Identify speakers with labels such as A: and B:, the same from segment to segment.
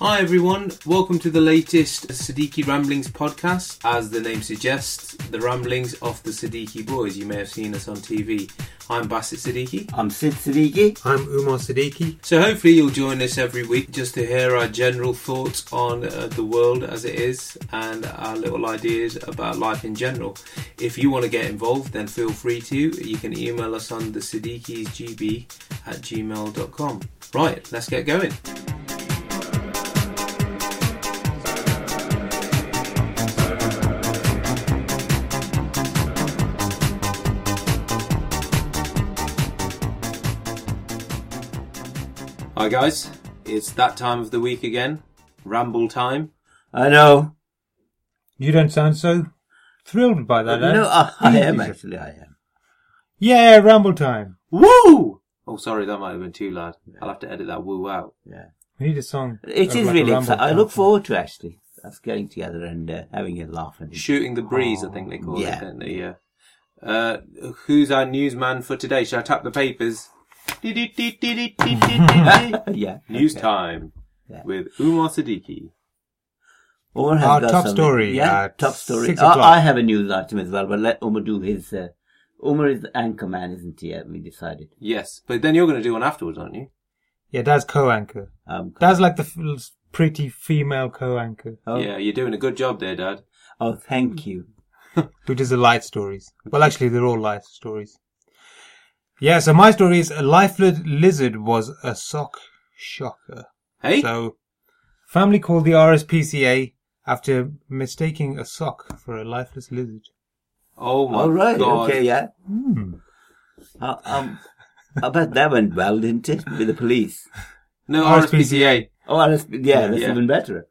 A: Hi everyone, welcome to the latest Siddiqui Ramblings podcast. As the name suggests, the ramblings of the Siddiqui boys. You may have seen us on TV. I'm Bassett Siddiqui.
B: I'm Sid Siddiqui.
C: I'm Umar Siddiqui.
A: So hopefully you'll join us every week just to hear our general thoughts on uh, the world as it is and our little ideas about life in general. If you want to get involved, then feel free to. You can email us on the gb at gmail.com. Right, let's get going. Hi guys, it's that time of the week again. Ramble time.
B: I know.
C: You don't sound so thrilled by that, eh?
B: no, uh, I, I am actually. I am.
C: Yeah, ramble time.
A: Woo! Oh, sorry, that might have been too loud. I'll have to edit that woo out.
B: Yeah,
C: We need a song.
B: it
C: of
B: is
C: like a
B: really.
C: ramble
B: Exci- I
C: time.
B: look forward to actually us getting together and uh, having a laugh and
A: Shooting the breeze, I think they call
B: Yeah.
A: it, don't they? Yeah. Uh, who's our newsman for today? Shall I tap the papers?
B: Oh, yeah.
A: News time
B: Yeah.
A: with Umar Siddiqui.
B: Umar has
C: Our
B: got
C: top
B: something.
C: story
B: Yeah,
C: at
B: top story.
C: six
B: I,
C: o'clock.
B: I have a news item as well, but let Umar do his. Uh, Umar is the anchor man, isn't he? Uh, We decided.
A: Yes, but then you're going to do one afterwards, aren't you?
C: Yeah, Dad's co-anchor.
B: Um,
C: Dad's like the f- pretty female co-anchor
B: oh,
A: Yeah, you're doing a good job there, Dad.
B: oh, thank you.
C: who does the light stories. Well, actually, they're all light stories. Yeah, so my story is a lifeless lizard was a sock shocker.
A: Hey,
C: So, family called the RSPCA after mistaking a sock for a lifeless lizard.
A: oh my
B: All right.
A: god!
B: Okay. Yeah.
C: Hmm.
B: Uh, um, I bet that went well, didn't it? With the police.
A: No
C: RSPCA.
A: RSPCA.
B: Oh, that's, yeah, that's
A: Yeah.
B: even better.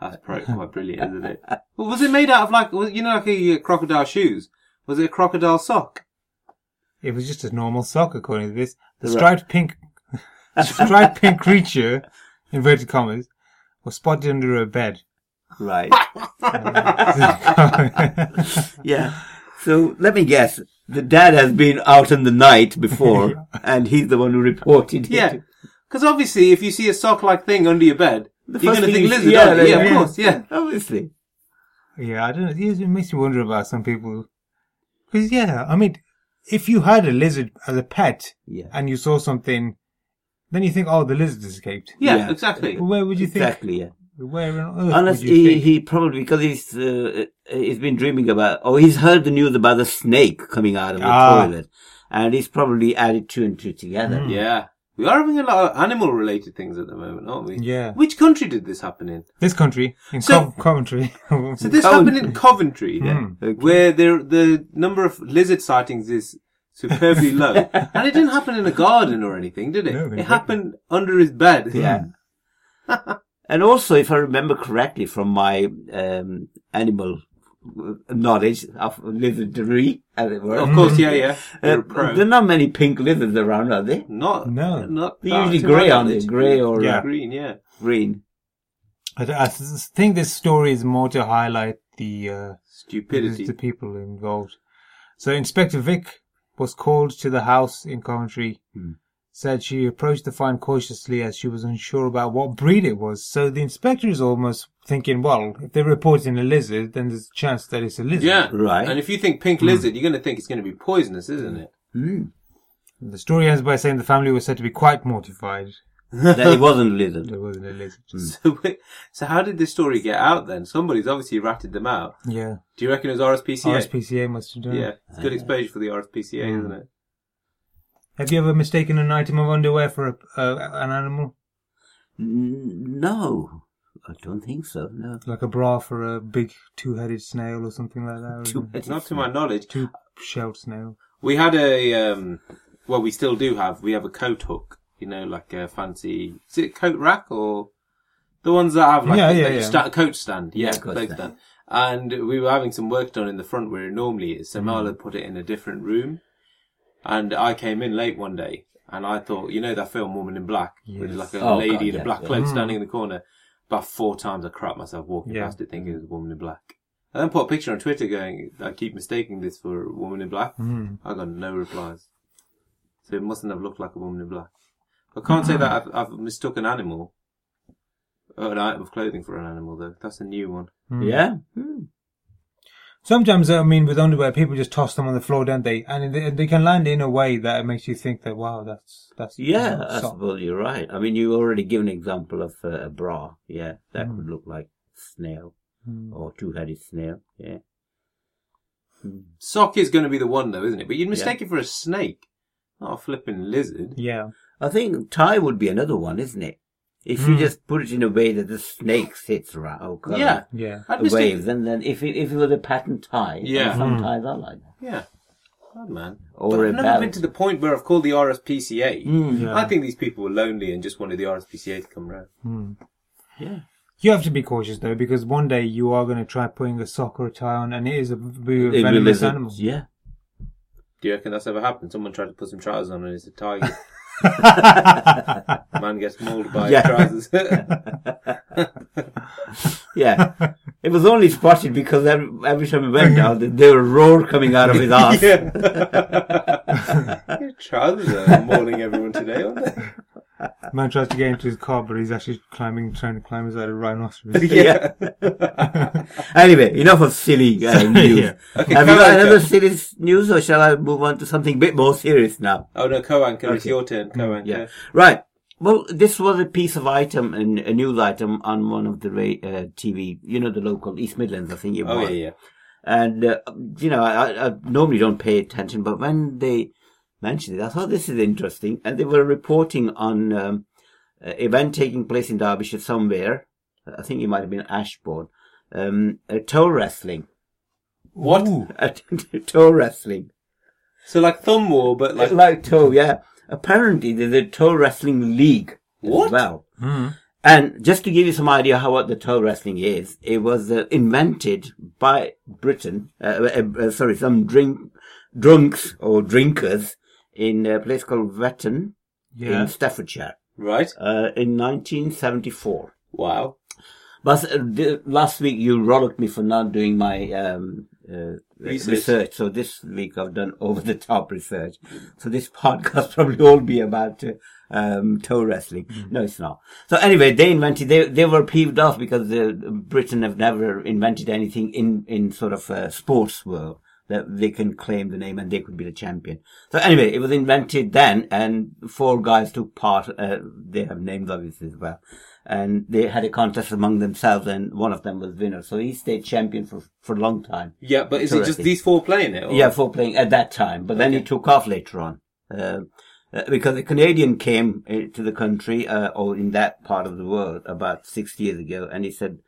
A: That's probably quite brilliant, isn't it? Well, was it made out of like was- you know like a crocodile shoes? Was it a crocodile sock?
C: It was just a normal sock, according to this. The
B: Right.
C: striped pink, striped pink creature, inverted commas, was spotted under a bed.
B: Right.
C: yeah,
B: Yeah. So let me guess. The dad has been out in the night before, and he's the one who reported it.
A: Yeah, because obviously if you see a sock like thing under your bed,
B: The
A: you're going
B: first
A: to
B: thing
A: think
B: you-
A: lizard.
B: yeah,
A: Yeah, yeah,
B: yeah.
A: of course, yeah.
B: Obviously.
C: I don't know. It makes me wonder about some people. Because, yeah, I mean, if you had a lizard as a pet
B: Yeah.
C: and you saw something, then you think, oh, the lizard escaped.
A: yeah,
B: Yeah.
A: exactly.
C: Well, Where would you
B: exactly. Yeah.
C: think? Where on earth
B: Unless
C: would you
B: he,
C: think?
B: he probably because he's uh, uh, he's been dreaming about or he's heard the news about the snake coming out of the
C: Ah.
B: toilet, and he's probably added two and two together.
A: Yeah, we are having a lot of animal-related things at the moment, aren't we?
C: Yeah.
A: Which country did this happen in?
C: This country, in
A: So-
C: Co- Coventry.
A: So this
B: Coventry.
A: happened in Coventry, then,
B: okay.
A: where the the number of lizard sightings is superbly low, and it didn't happen in a garden or anything, did it?
C: No,
A: it
C: exactly.
A: happened under his bed.
B: Yeah. and also, if I remember correctly from my um, animal uh, knowledge of lizardry, as it were,
A: Of course, yeah, yeah. You're a
B: Uh,
A: pro.
B: there are not many pink lizards around, are they?
A: Not
C: No.
A: Not
B: They're
A: not
B: usually
A: to
B: grey,
A: my
B: aren't they?
A: knowledge.
B: Grey or
C: Yeah.
B: uh,
A: green. Yeah.
B: green.
C: I, I s- think this story is more to highlight the uh,
A: Stupidity.
C: the people involved. So Inspector Vic was called to the house in Coventry.
A: Hmm.
C: Said she approached the find cautiously as she was unsure about what breed it was. So the inspector is almost thinking, well, if they're reporting a lizard, then there's a chance that it's a lizard.
A: Yeah.
B: Right.
A: And if you think pink lizard, you're going to think it's going to be poisonous, isn't it?
B: Hmm.
C: The story ends by saying the family was said to be quite mortified
B: that it wasn't a
C: that
B: lizard.
C: there wasn't a lizard.
A: So, wait- so how did this story get out then? Somebody's obviously ratted them out.
C: Yeah.
A: Do you reckon it was RSPCA?
C: RSPCA must have done it.
A: Yeah. It's good exposure for the RSPCA, isn't it?
C: Have you ever mistaken an item of underwear for a, uh, an animal?
B: N- No, I don't think so. No.
C: Like a bra for a big two-headed snail or something like that? or a
B: Hmm.
A: Not to my knowledge.
C: Two-shelled snail.
A: We had a, um, well, we still do have, we have a coat hook, you know, like a fancy, is it coat rack or the ones that have like
C: Yeah,
A: a,
C: yeah,
A: like
C: yeah.
A: sta- coat stand? Yeah,
B: coat
A: coat,
B: stand.
A: stand. And we were having some work done in the front where it normally is. So
C: Mm-hmm.
A: Marla put it in a different room. And I came in late one day and I thought, you know, that film Woman in Black with
C: Yes.
A: like a
B: Oh,
A: lady
B: God,
A: in
B: yeah,
A: a black
B: yeah.
C: Mm-hmm.
A: cloak standing in the corner. About four times I crapped myself walking
C: Yeah.
A: past it thinking it was a woman in black. I then put a picture on Twitter going, I keep mistaking this for a woman in black.
B: Hmm.
A: I got no replies. So it mustn't have looked like a woman in black. I can't say that I've, I've mistook an animal. A Oh, an item of clothing for an animal, though. That's a new one.
C: Hmm.
B: Yeah. Hmm.
C: Sometimes, I mean, with underwear, people just toss them on the floor, don't they? And they, they can land in a way that it makes you think that, wow, that's, that's,
B: Yeah,
C: that's
B: I
C: soft.
B: suppose you're right. I mean, you already give an example of uh, a bra. Yeah, that
C: Mm.
B: would look like snail
C: Hmm.
B: or two-headed snail. Yeah.
A: Sock is going to be the one, though, isn't it? But you'd mistake it for a snake, not a flipping lizard.
C: Yeah.
B: I think tie would be another one, isn't it? If you
C: Mm.
B: just put it in a way that the snake sits around, oh, God,
A: Yeah.
C: Yeah.
A: I'd
B: the
A: mistake.
B: waves, and then if it, if it was a pattern tie,
A: Yeah.
B: and some
C: Mm.
B: ties are like that,
A: Yeah. Bad man.
B: or
A: but
B: a
A: I've never
B: belt.
A: been to the point where I've called the RSPCA.
B: Mm,
C: Yeah.
A: I think these people were lonely and just wanted the RSPCA to come round.
C: Hmm.
B: yeah.
C: You have to be cautious though, because one day you are going to try putting a sock or a tie on, and it is a very
B: It'd be
C: venomous
B: lizard.
C: animal.
B: Yeah.
A: Do you reckon that's ever happened? Someone tried to put some trousers on and it's a tiger. man gets mauled by
B: Yeah.
A: trousers.
B: Yeah. it was only spotted because every, every time we went down, there- there were roar coming out of his ass.
A: yeah. Your trousers are mauling everyone today, aren't they?
C: Man tries to get into his car, but he's actually climbing, trying to climb inside a rhinoceros.
B: Yeah. anyway, enough of silly uh, news.
C: Yeah.
A: Okay,
B: Have you got
A: Coanker.
B: another silly s- news, or shall I move on to something a bit more serious now?
A: Oh no, co-anchor, it's
B: Okay. Mm,
A: your turn, co-anchor.
B: Yeah. Right. Well, this was a piece of item, and a news item on one of the ra- uh, TV, you know, the local East Midlands, I think it
A: Oh
B: was.
A: yeah, yeah.
B: And, uh, you know, I, I- I normally don't pay attention, but when they mentioned it, I thought this is interesting. And they were reporting on um, an event taking place in Derbyshire somewhere. I think it might have been Ashbourne. Um, uh, toe wrestling.
A: What?
C: Ooh.
B: toe wrestling.
A: So like thumb war, but like
B: Like, toe, yeah. Apparently, there's a toe wrestling league
A: What?
B: as well.
C: Hmm.
B: And just to give you some idea how what the toe wrestling is, it was uh, invented by Britain. Uh, uh, uh, sorry, some drink drunks or drinkers in a place called Wetton
C: Yeah.
B: in Staffordshire
A: right?
B: uh, in 1974.
A: Wow.
B: But uh, the, last week you rollicked me for not doing my um, uh,
A: Research.
B: research. so this week I've done over the top research. So this podcast probably will be about uh, um, toe wrestling. No, it's not. So anyway, they invented. They they were peeved off because uh, Britain have never invented anything in in sort of uh, sports world that they can claim the name and they could be the champion. So anyway, it was invented then, and four guys took part. Uh, they have names obviously as well, and they had a contest among themselves, and one of them was winner. So he stayed champion for for a long time.
A: Yeah, but is it just
B: Interesting.
A: these four playing it? Or?
B: Yeah, for playing at that time, but then he took off later on. Uh, uh, because a Canadian came uh, to the country, uh, or in that part of the world, about six years ago, and he said,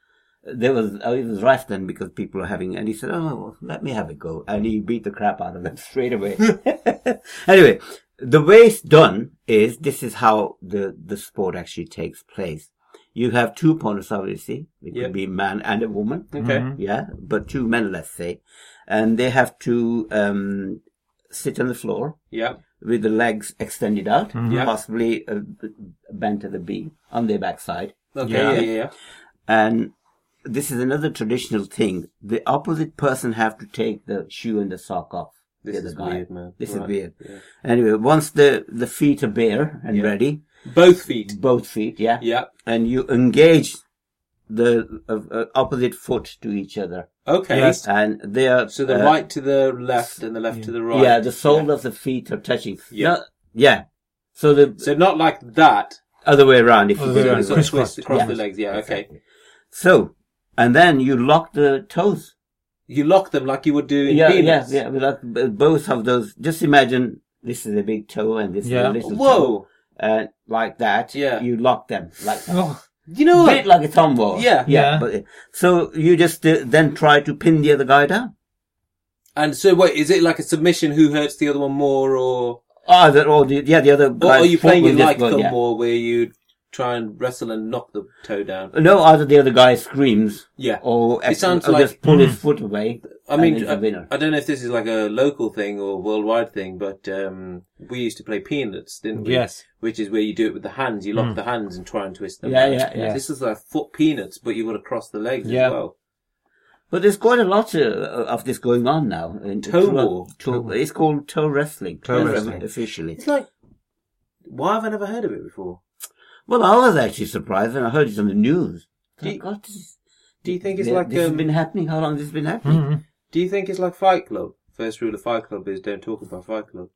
B: there was, oh, it was rife then because people were having, and he said, oh, well, let me have a go. And he beat the crap out of them straight away. anyway, the way it's done is, this is how the, the sport actually takes place. You have two opponents, obviously. It
A: Yeah.
B: could be a man and a woman
A: Okay.
B: yeah, but two men, let's say, and they have to um, sit on the floor
A: Yeah.
B: with the legs extended out,
A: Yeah.
B: possibly uh, bent at the B on their backside.
A: Okay.
C: Yeah.
A: Yeah. Yeah. yeah.
B: And this is another traditional thing. The opposite person have to take the shoe and the sock off. the
A: This
B: other
A: is
B: guy.
A: weird, man.
B: This
A: Right.
B: is weird.
A: Yeah.
B: Anyway, once the, the feet are bare and ready,
A: Both feet.
B: both feet, yeah,
A: Yeah.
B: and you engage the uh, uh, opposite foot to each other,
A: Okay.
C: Yes.
B: and they are
A: So the
B: uh,
A: right to the left and the left to the right.
B: Yeah, the sole of the feet are touching.
A: Yeah.
B: No- yeah. So the
A: So not like that.
B: other way around. If
C: Other
B: you
C: way
B: did it
C: around,
B: this
A: So
B: way.
C: Crisscross.
A: twist across
B: Yeah.
A: the legs. Yeah. Okay.
B: So, and then you lock the toes.
A: You lock them like you would do in
B: Yeah, yeah,
A: peanuts.
B: yeah. We lock b- both of those. Just imagine this is a big toe and this
C: Yeah.
B: is a little toe.
A: Whoa.
B: And like that.
A: Yeah.
B: You lock them like that.
C: Oh,
A: You know what?
B: Bit like a thumb war.
A: Yeah.
C: Yeah.
B: yeah. But, so you just uh, then try to pin the other guy down.
A: And so wait, is it like a submission? Who hurts the other one more, or
B: Oh, the, oh, the, yeah, the other
A: or
B: guy.
A: are you playing it like
B: the
A: thumb war, where you try and wrestle and knock the toe down?
B: No, either the other guy screams
A: Yeah.
B: or,
A: It sounds
B: or
A: like-
B: just pull his foot away.
A: I mean,
B: and
A: I,
B: a winner.
A: I don't know if this is like a local thing or worldwide thing, but um, we used to play peanuts, didn't we?
C: yes.
A: Which is where you do it with the hands. You lock the hands and try and twist them.
B: Hmm. Yeah,
A: around.
B: yeah, yeah.
A: This is like foot peanuts, but you've got to cross the legs
C: Yeah.
A: as well.
B: But there's quite a lot uh, of this going on now. In,
A: Toe
B: throughout-
A: war.
B: toe- It's called toe wrestling.
C: Toe
B: That's
C: wrestling.
B: Officially.
A: It's like, why have I never heard of it before?
B: Well, I was actually surprised when I heard it on the news.
A: Do you-
B: God, this,
A: Do you think it's
B: th-
A: like
B: this
A: um,
B: has been happening? How long has this been happening?
C: Mhm.
A: Do you think it's like Fight Club? First rule of Fight Club is don't talk about Fight Club.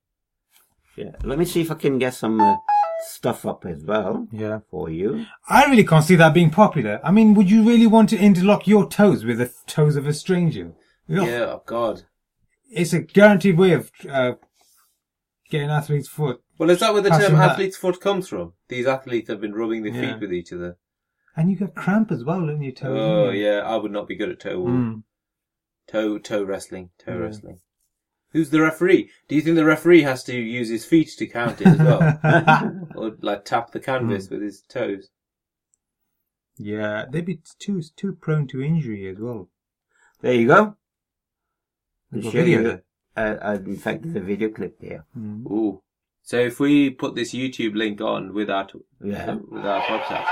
A: Mm-hmm.
B: Yeah. Let me see if I can get some uh, stuff up as well
C: Yeah.
B: for you.
C: I really can't see that being popular. I mean, would you really want to interlock your toes with the th- toes of a stranger? Ugh.
A: Yeah, oh God.
C: It's a guaranteed way of uh, getting athlete's foot.
A: Well, is that where the
C: Passing
A: term
C: that.
A: athlete's foot comes from? These athletes have been rubbing their
C: Yeah.
A: feet with each other.
C: And you get cramp as well in your toes.
A: Oh
C: don't you?
A: yeah, I would not be good at toe
C: Mm.
A: toe toe wrestling, toe
C: Yeah.
A: wrestling. Who's the referee? Do you think the referee has to use his feet to count it as well, or like tap the canvas
C: Mm.
A: with his toes?
C: yeah, they'd be too too prone to injury as well.
B: There you go. I'll
C: They've got
B: show you.
C: video there.
B: Uh, uh, in fact, there's a video clip here.
C: Mm.
A: Ooh. So if we put this YouTube link on with our t-
B: Yeah.
A: with our podcast.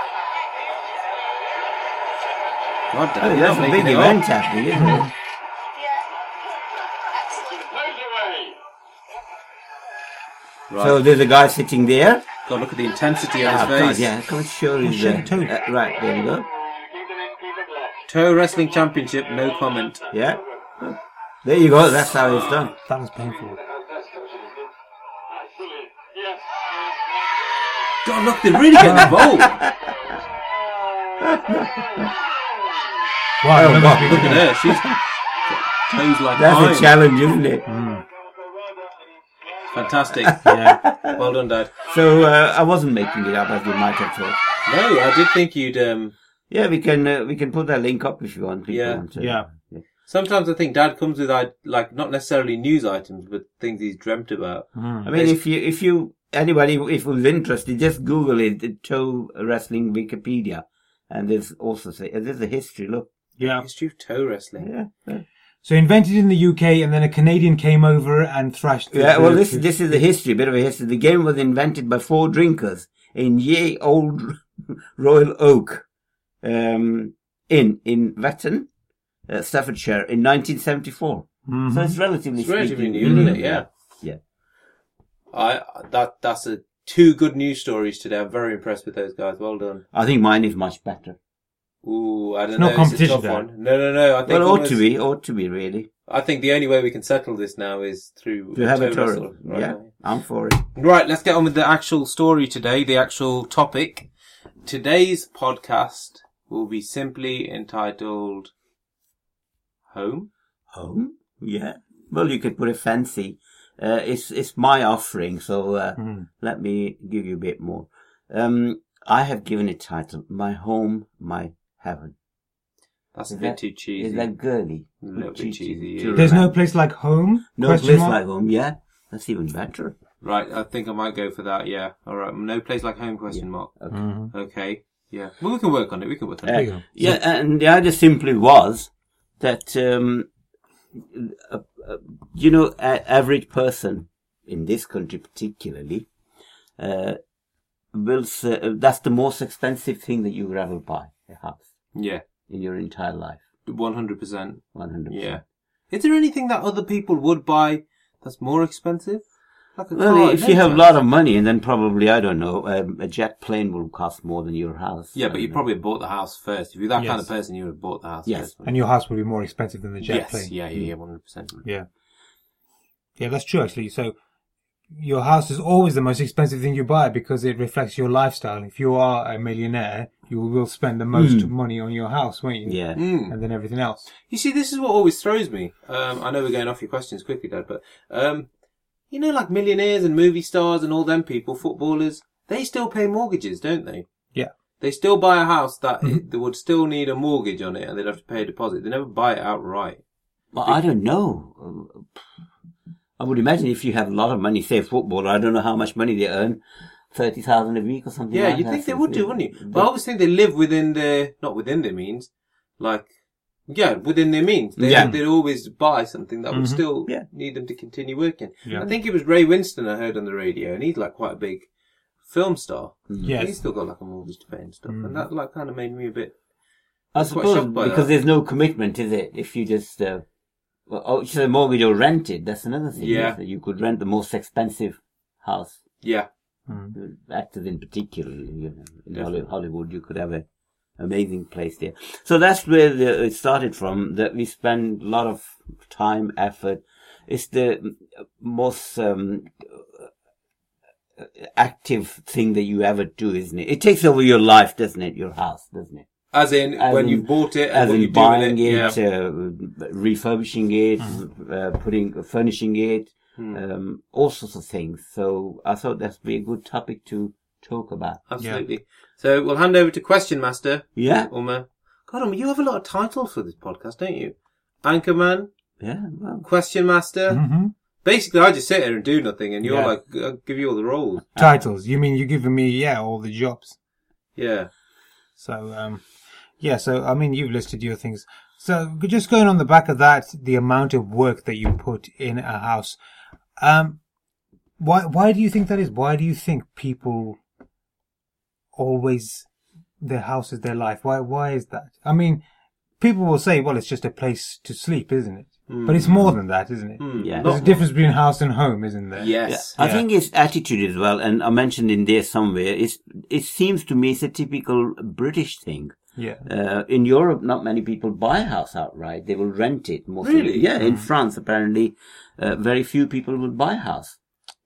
A: God
B: Oh,
A: damn, you're not
B: that's a
A: making
B: big
A: it up.
B: event happening, isn't it?
D: Where's your way?
A: Right.
B: So there's a guy sitting there.
A: God, look at the intensity on
B: Ah,
A: his
B: God,
A: face.
B: yeah, come and show his
C: show
B: uh,
C: it too.
B: uh, right, there we go.
D: Keep it in, keep it left.
A: Toe Wrestling Championship, no comment.
B: Yeah. There you go, that's how it's done.
C: That was painful.
D: Nice. Brilliant. Yes.
A: God, look, they're really getting involved. Look
C: Wow,
B: Oh,
C: that
B: God,
C: was
B: look
A: at her,
C: big.
A: she's got toes like
B: That's
A: mine.
B: a challenge, isn't it?
A: Fantastic.
C: Yeah.
A: Well done, Dad.
B: So uh, I wasn't making it up as you might have thought.
A: No, I did think you'd. Um,
B: Yeah, we can uh, we can put that link up if you want. if you
A: Yeah.
B: want to.
C: Yeah.
A: sometimes I think Dad comes with i- like not necessarily news items, but things he's dreamt about.
C: Hmm.
B: I mean, if you if you anybody if who's interested, just Google it, the toe wrestling Wikipedia, and there's also say uh, there's a history. Look,
C: Yeah.
A: History of toe wrestling.
B: yeah, yeah.
C: So invented in the UK, and then a Canadian came over and thrashed. the-
B: Yeah, well, this this is a history, bit of a history. The game was invented by four drinkers in Ye Old Royal Oak um, Inn in Wetton, uh, Staffordshire, in 1974.
C: Mhm.
B: So it's relatively
A: Mm-hmm. It's relatively
B: speaking- mm-hmm.
A: new, isn't it? Yeah.
B: yeah.
A: I that that's a two good news stories today. I'm very impressed with those guys. Well done.
B: I think mine is much better.
A: Ooh, I don't know.
C: no
A: it's a
C: competition,
A: tough
C: Dad.
A: one. No, no, no. I think
B: Well, ought
A: almost-
B: to be, ought to be really.
A: I think the only way we can settle this now is through
B: To have a
A: toe
B: tour,
A: wrestling, right?
B: yeah, I'm for it.
A: Right, let's get on with the actual story today, the actual topic. Today's podcast will be simply entitled Home. Oh?
B: Home, yeah. Well, you could put it fancy. Uh, it's it's my offering, so uh,
C: Mhm.
B: let me give you a bit more. Um, I have given it title "My Home, My Heaven."
A: That's a
B: Is
A: bit
B: that-
A: too cheesy.
B: Is that girly?
A: A little bit cheesy,
B: to
A: yeah.
C: There's no
B: remember.
C: place like home.
B: no
C: Question
B: place
C: mark?
B: like home. Yeah, that's even better.
A: Right, I think I might go for that, yeah. Alright, no place like home question mark.
B: Okay.
C: Mhm.
A: Okay. Yeah. Well we can work on it, we can work on
B: Uh,
A: it.
C: you go.
B: yeah, and the idea simply was that um, uh, uh, you know, a- average person in this country, particularly, uh, will s- uh, that's the most expensive thing that you will ever buy a house
A: Yeah.
B: in your entire life,
A: One hundred percent.
B: one hundred
A: Yeah.
B: percent.
A: Is there anything that other people would buy that's more expensive? Like a
B: Well,
A: car,
B: if
A: no
B: you have a
A: chance.
B: lot of money, and then probably I don't know, um, a jet plane will cost more than your house.
A: Yeah,
B: I
A: but you
B: don't know.
A: probably bought the house first. If you're that kind
C: Yes.
A: of person you would have bought the house
B: Yes.
A: first.
C: And your house would be more expensive than the jet
A: yes,
C: plane.
A: yeah, yeah, yeah, one hundred percent.
C: Yeah. Yeah, that's true actually. So your house is always the most expensive thing you buy because it reflects your lifestyle. If you are a millionaire, you will spend the most money on your house, won't you?
B: yeah.
A: Mm.
C: And then everything else.
A: You see, this is what always throws me. Um, I know we're going off your questions quickly, Dad, but um, you know, like millionaires and movie stars and all them people, footballers, they still pay mortgages, don't they?
C: Yeah.
A: They still buy a house that it, they would still need a mortgage on it, and they'd have to pay a deposit. They never buy it outright.
B: Well, I don't know. I would imagine if you have a lot of money, say a footballer, I don't know how much money they earn, thirty thousand a week or something.
A: Yeah,
B: like
A: you'd
B: that.
A: think they would do,
B: Yeah.
A: wouldn't you? But I always think they live within their not within their means, like yeah, within their means. They,
B: Yeah. Mm-hmm.
A: they'd always buy something that would still
B: Yeah.
A: need them to continue working.
C: Yeah.
A: I think it was Ray Winston I heard on the radio, and he's like quite a big film star. He's
C: Yes.
A: still got like a mortgage to pay and stuff,
B: Mm.
A: and that like kind of made me a bit.
B: I
A: quite
B: suppose
A: shocked by
B: because
A: that.
B: there's no commitment, is it? If you just uh, well, oh, it's a mortgage or rented, that's another thing.
A: Yeah.
B: isn't it? you could rent the most expensive house.
A: Yeah,
C: Mm.
B: uh, actors in particular, you know, in Holly- Hollywood, you could have a amazing place there. So that's where the, it started from. That we spend a lot of time, effort. It's the most um, active thing that you ever do, isn't it? It takes over your life, doesn't it? Your house, doesn't it?
A: As in,
B: As
A: when
B: in-
A: you bought it and
B: As
A: what you do with
B: in
A: it.
B: buying it,
A: yeah. Mm-hmm.
B: uh, refurbishing it, uh, putting, furnishing it,
A: Hmm.
B: um, all sorts of things. So I thought that'd be a good topic to talk about.
A: Absolutely. So we'll hand over to Question Master.
B: Yeah.
A: Uma. God, Uma, you have a lot of titles for this podcast, don't you? Anchorman,
B: Yeah, well,
A: Question Master.
C: hmm
A: Basically, I just sit here and do nothing, and you're
B: Yeah.
A: like, I'll give you all the roles.
C: Titles. You mean you're giving me, yeah, all the jobs.
A: Yeah.
C: So, um, yeah, so, I mean, you've listed your things. So, just going on the back of that, the amount of work that you put in a house. Um, why, why do you think that is? Why do you think people always, their house is their life? Why, why is that? I mean, people will say, well, it's just a place to sleep, isn't it? But it's more than that, isn't it?
A: Hmm,
B: Yeah.
C: There's a difference between house and home, isn't there?
A: Yes.
B: I
C: Mm. Yeah.
B: think it's attitude as well, and I mentioned in there somewhere. It's it seems to me it's a typical British thing.
C: Yeah.
B: Uh, in Europe, not many people buy a house outright; they will rent it. Mostly.
A: Really? Hmm.
B: Yeah. In France, apparently, uh, very few people will buy a house.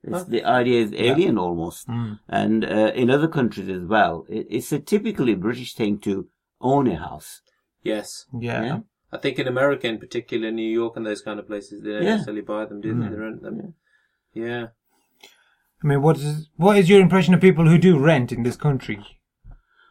B: It's, The idea is alien almost,
A: Hmm.
B: and uh, in other countries as well, it, it's a typically British thing to own a house.
A: Yes.
C: Yeah.
B: Yeah.
A: I think in America, in particular, New York and those kind of places, they don't
B: Yeah.
A: necessarily buy them, do they? They rent them. Yeah.
C: I mean, what is what is your impression of people who do rent in this country?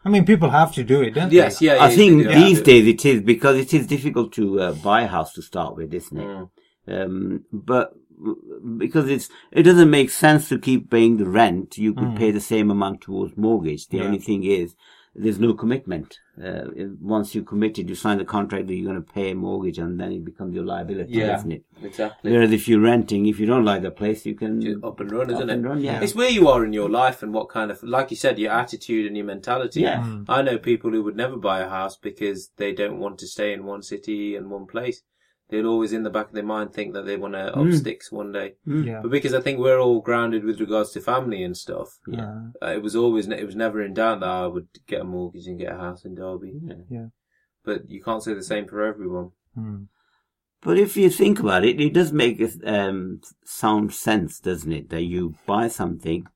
C: I mean, people have to do it, don't
A: Yes,
C: they?
A: yeah.
B: I
A: yeah,
B: think
A: they do.
B: these days it is because it is difficult to uh, buy a house to start with, isn't it?
A: Mm.
B: Um, but w- because it's it doesn't make sense to keep paying the rent. You could
A: Mm.
B: pay the same amount towards mortgage. The
C: Yeah.
B: only thing is there's no commitment. Uh, if- once you committed, you sign the contract that you're going to pay a mortgage, and then it becomes your liability,
A: Yeah.
B: isn't it?
A: Exactly.
B: Whereas if you're renting, if you don't like the place, you can
A: Just up and run,
B: up
A: isn't it?
B: and run, yeah.
A: It's where you are in your life and what kind of, like you said, your attitude and your mentality.
B: Yeah. Mm.
A: I know people who would never buy a house because they don't want to stay in one city and one place. They'll always in the back of their mind think that they want to up
B: Mm.
A: sticks one day.
B: hmm.
C: yeah.
A: But because I think we're all grounded with regards to family and stuff,
C: Yeah.
A: uh, it was always, ne- it was never in doubt that I would get a mortgage and get a house in Derby.
C: Yeah.
A: But you can't say the same for everyone.
C: Mm.
B: But if you think about it, it does make um, sound sense, doesn't it? That you buy something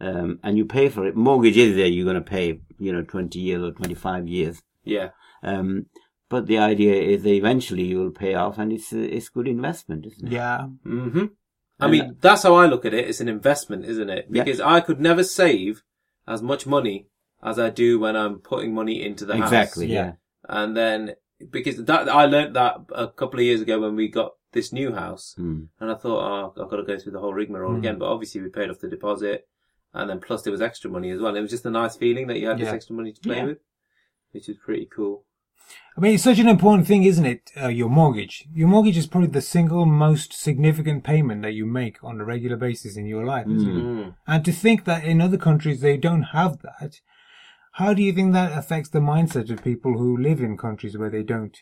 B: um, and you pay for it. Mortgage is there, you're going to pay, you know, 20 years or 25 years.
A: Yeah.
B: Um, but the idea is that eventually you will pay off and it's, a- it's good investment, isn't it?
C: Yeah.
A: hmm I
B: And-
A: mean, that's how I look at it. It's an investment, isn't it?
B: Yeah.
A: Because I could never save as much money as I do when I'm putting money into the house.
B: Exactly,
C: Yeah.
B: yeah.
A: And then, because that, I learnt that a couple of years ago when we got this new house.
B: Mm.
A: And I thought, oh, I've got to go through the whole rigmarole again. But obviously we paid off the deposit. And then plus there was extra money as well. It was just a nice feeling that you had this
C: Yeah.
A: extra money to play
B: Yeah.
A: with, which is pretty cool.
C: I mean, it's such an important thing, isn't it? Uh, your mortgage. Your mortgage is probably the single most significant payment that you make on a regular basis in your life, isn't it?
A: Mm.
C: And to think that in other countries they don't have that, how do you think that affects the mindset of people who live in countries where they don't?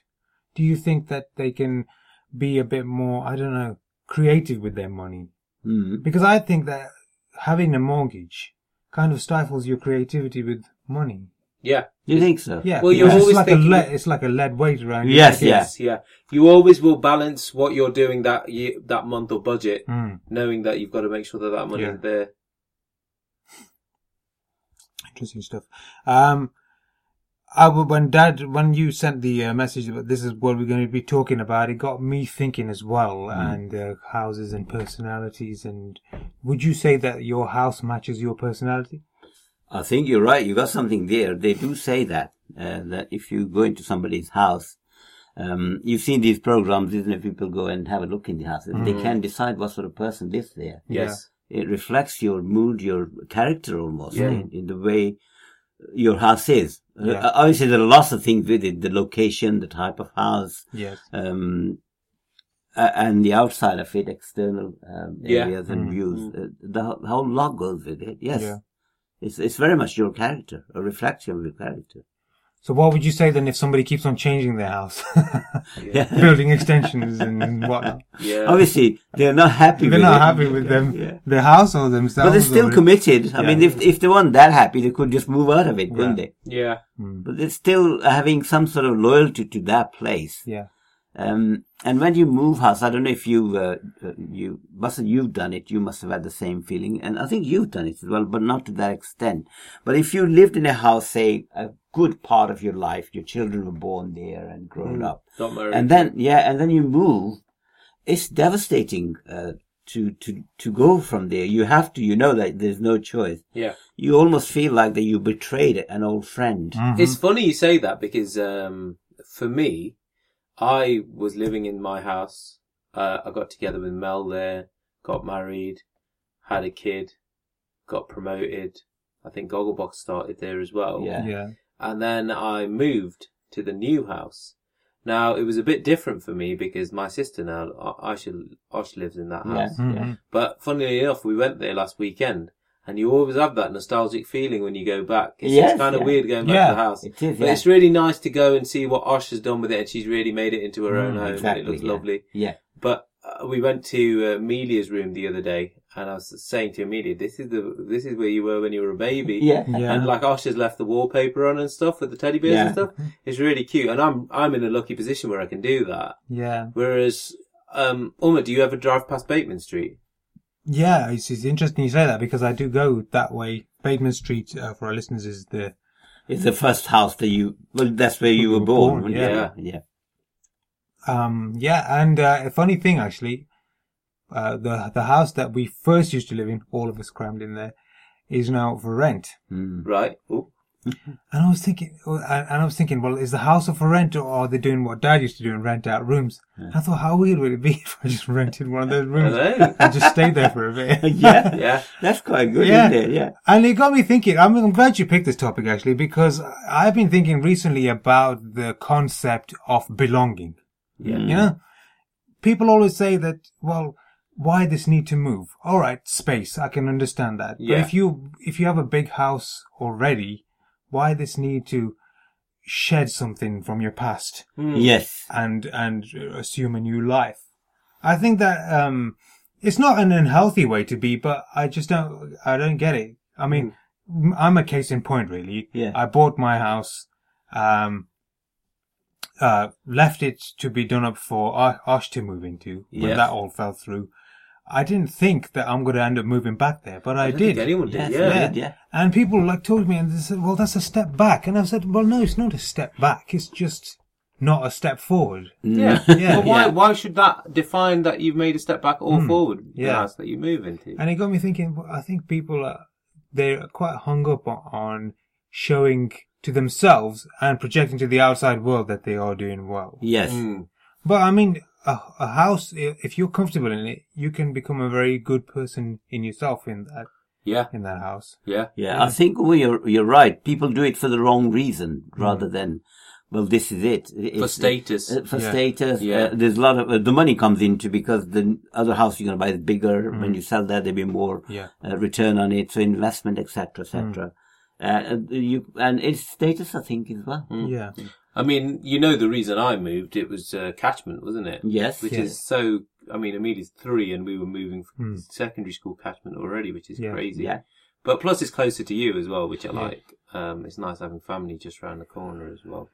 C: Do you think that they can be a bit more, I don't know, creative with their money?
B: Mm.
C: Because I think that having a mortgage kind of stifles your creativity with money.
A: Yeah.
B: You think so?
C: Yeah,
A: Well, you're
C: because it's
A: always
C: like
A: thinking-
C: a lead, it's like a lead weight around. your
B: Yes,
C: neck.
B: yeah.
A: Yes, yeah. You always will balance what you're doing that year, that month or budget,
C: Mm,
A: knowing that you've got to make sure that that money
C: Yeah.
A: is there.
C: interesting stuff. Um, I would, when Dad, when you sent the uh, message about this is what we're going to be talking about, it got me thinking as well, and uh, houses and personalities. And would you say that your house matches your personality?
B: I think you're right. You got something there. They do say that uh, that if you go into somebody's house, um, you've seen these programs, isn't it? People go and have a look in the house. They can decide what sort of person lives there.
A: Yes.
B: It reflects your mood, your character, almost in, in the way your house is. Uh,
C: Yeah.
B: Obviously, there are lots of things with it: the location, the type of house,
C: Yes.
B: um, a- and the outside of it, external um,
A: Yeah. Mm-hmm.
B: areas and views. Uh, the whole- whole lot goes with it. Yes.
C: Mm-hmm. Yeah.
B: It's, it's very much your character, a reflection of your character.
C: So what would you say then if somebody keeps on changing their house,
A: Yeah.
C: building extensions and whatnot?
A: Yeah.
B: Obviously, they're not happy.
C: They're
B: with
C: not
B: it.
C: happy with them,
B: Yeah.
C: their house or themselves.
B: But they're
C: or-
B: still committed. I mean, if if they weren't that happy, they could just move out of it, couldn't
C: Yeah.
B: they?
A: yeah.
B: But they're still having some sort of loyalty to that place.
C: Yeah.
B: Um, and when you move house, I don't know if you, uh, uh, you, Buster, you've done it. You must have had the same feeling. And I think you've done it as well, but not to that extent. But if you lived in a house, say, a good part of your life, your children were born there and grown
A: Mm.
B: up.
A: Not married.
B: And then, yeah, and then you move. It's devastating, uh, to, to, to go from there. You have to, you know that there's no choice.
A: yeah.
B: You almost feel like that you betrayed an old friend.
C: Mm-hmm.
A: It's funny you say that because um, for me, I was living in my house. Uh, I got together with Mel there, got married, had a kid, got promoted. I think Gogglebox started there as well.
B: Yeah.
C: Yeah.
A: And then I moved to the new house. Now it was a bit different for me because my sister now, I- Aisha, Aisha lives in that
B: Yeah.
A: house.
C: Mhm.
A: But funnily enough, we went there last weekend, and you always have that nostalgic feeling when you go back. It's,
B: Yes,
A: it's kind of
B: yeah.
A: weird going back
C: Yeah,
A: to the house.
B: it is,
A: But
B: yeah.
A: it's really nice to go and see what Osh has done with it, and she's really made it into her own home.
B: Mm, exactly,
A: and it looks
B: yeah.
A: lovely.
B: Yeah.
A: But uh, we went to uh, Amelia's room the other day, and I was saying to Amelia, "This is the this is where you were when you were a baby."
B: Yeah.
C: Yeah.
A: And like Osh has left the wallpaper on and stuff with the teddy bears
B: Yeah. Mm-hmm.
A: and stuff. It's really cute, and I'm I'm in a lucky position where I can do that.
C: Yeah.
A: Whereas, um, Uma, do you ever drive past Bateman Street?
C: Yeah, it's, it's interesting you say that because I do go that way. Bateman Street, uh, for our listeners, is the
B: It's the first house that you. Well, that's where you were born.
C: born,
B: yeah.
A: yeah.
B: yeah.
C: um yeah. And uh, a funny thing actually, uh, the the house that we first used to live in, all of us crammed in there, is now for rent.
B: Mm.
A: Right. Ooh.
C: And I was thinking, well, and and I was thinking, well, is the house up for rent, or are they doing what Dad used to do and rent out rooms? I thought, how weird would it be if I just rented one of those
B: Mm.
C: rooms
A: Hello.
C: and just stayed there for a bit?
B: Yeah.
A: yeah.
B: That's quite good,
C: Yeah.
B: isn't it? Yeah.
C: And it got me thinking. I'm, I'm glad you picked this topic actually, because I've been thinking recently about the concept of belonging.
A: Yeah.
C: You know, people always say that, well, why this need to move? All right, space. I can understand that.
A: Yeah.
C: But if you, if you have a big house already, why this need to shed something from your past
A: Hmm.
B: Yes.
C: and, and assume a new life? I think that, um, it's not an unhealthy way to be, but I just don't, I don't get it. I mean,
A: Hmm.
C: I'm a case in point, really.
B: Yeah.
C: I bought my house, um, uh, left it to be done up for Ar- Ash to move into when
A: Yeah.
C: that all fell through. I didn't think that I'm going to end up moving back there, but I,
A: don't
C: did.
A: Think anyone did?
B: Yes,
A: yeah.
B: you did, yeah.
C: And people like told me, and they said, "Well, that's a step back," and I said, "Well, no, it's not a step back. It's just not a step forward."
A: Yeah.
C: Yeah.
A: But why
B: Mm. Yeah.
A: why should that define that you've made a step back or forward in the
C: Yeah.
A: house that you move into?
C: And it got me thinking. well, I think people are they're quite hung up on, on showing to themselves and projecting to the outside world that they are doing well.
B: Yes.
A: Mm.
C: But I mean, a, a house, i- if you're comfortable in it, you can become a very good person in yourself in that,
A: Yeah.
C: in that house.
A: Yeah.
B: Yeah. I think well, you're you're right. People do it for the wrong reason rather than. Well, this is it. It's-
A: For status.
B: uh, for
C: Yeah.
B: status,
A: Yeah.
B: Uh, there's a lot of uh, the money comes into because the other house you're going to buy is bigger. When you sell that, there'll be more
C: Yeah.
B: uh, return on it. So investment, etc., etc. Uh, you and it's status, I think, as well.
A: Hmm.
C: Yeah.
A: I mean, you know the reason I moved. It was uh, catchment, wasn't it?
B: Yes.
A: Which
C: Yes.
A: is so. I mean, Amelia's three, and we were moving from secondary school catchment already, which is
C: Yeah.
A: crazy.
B: Yeah.
A: But plus, it's closer to you as well, which I like. Um, it's nice having family just around the corner as well,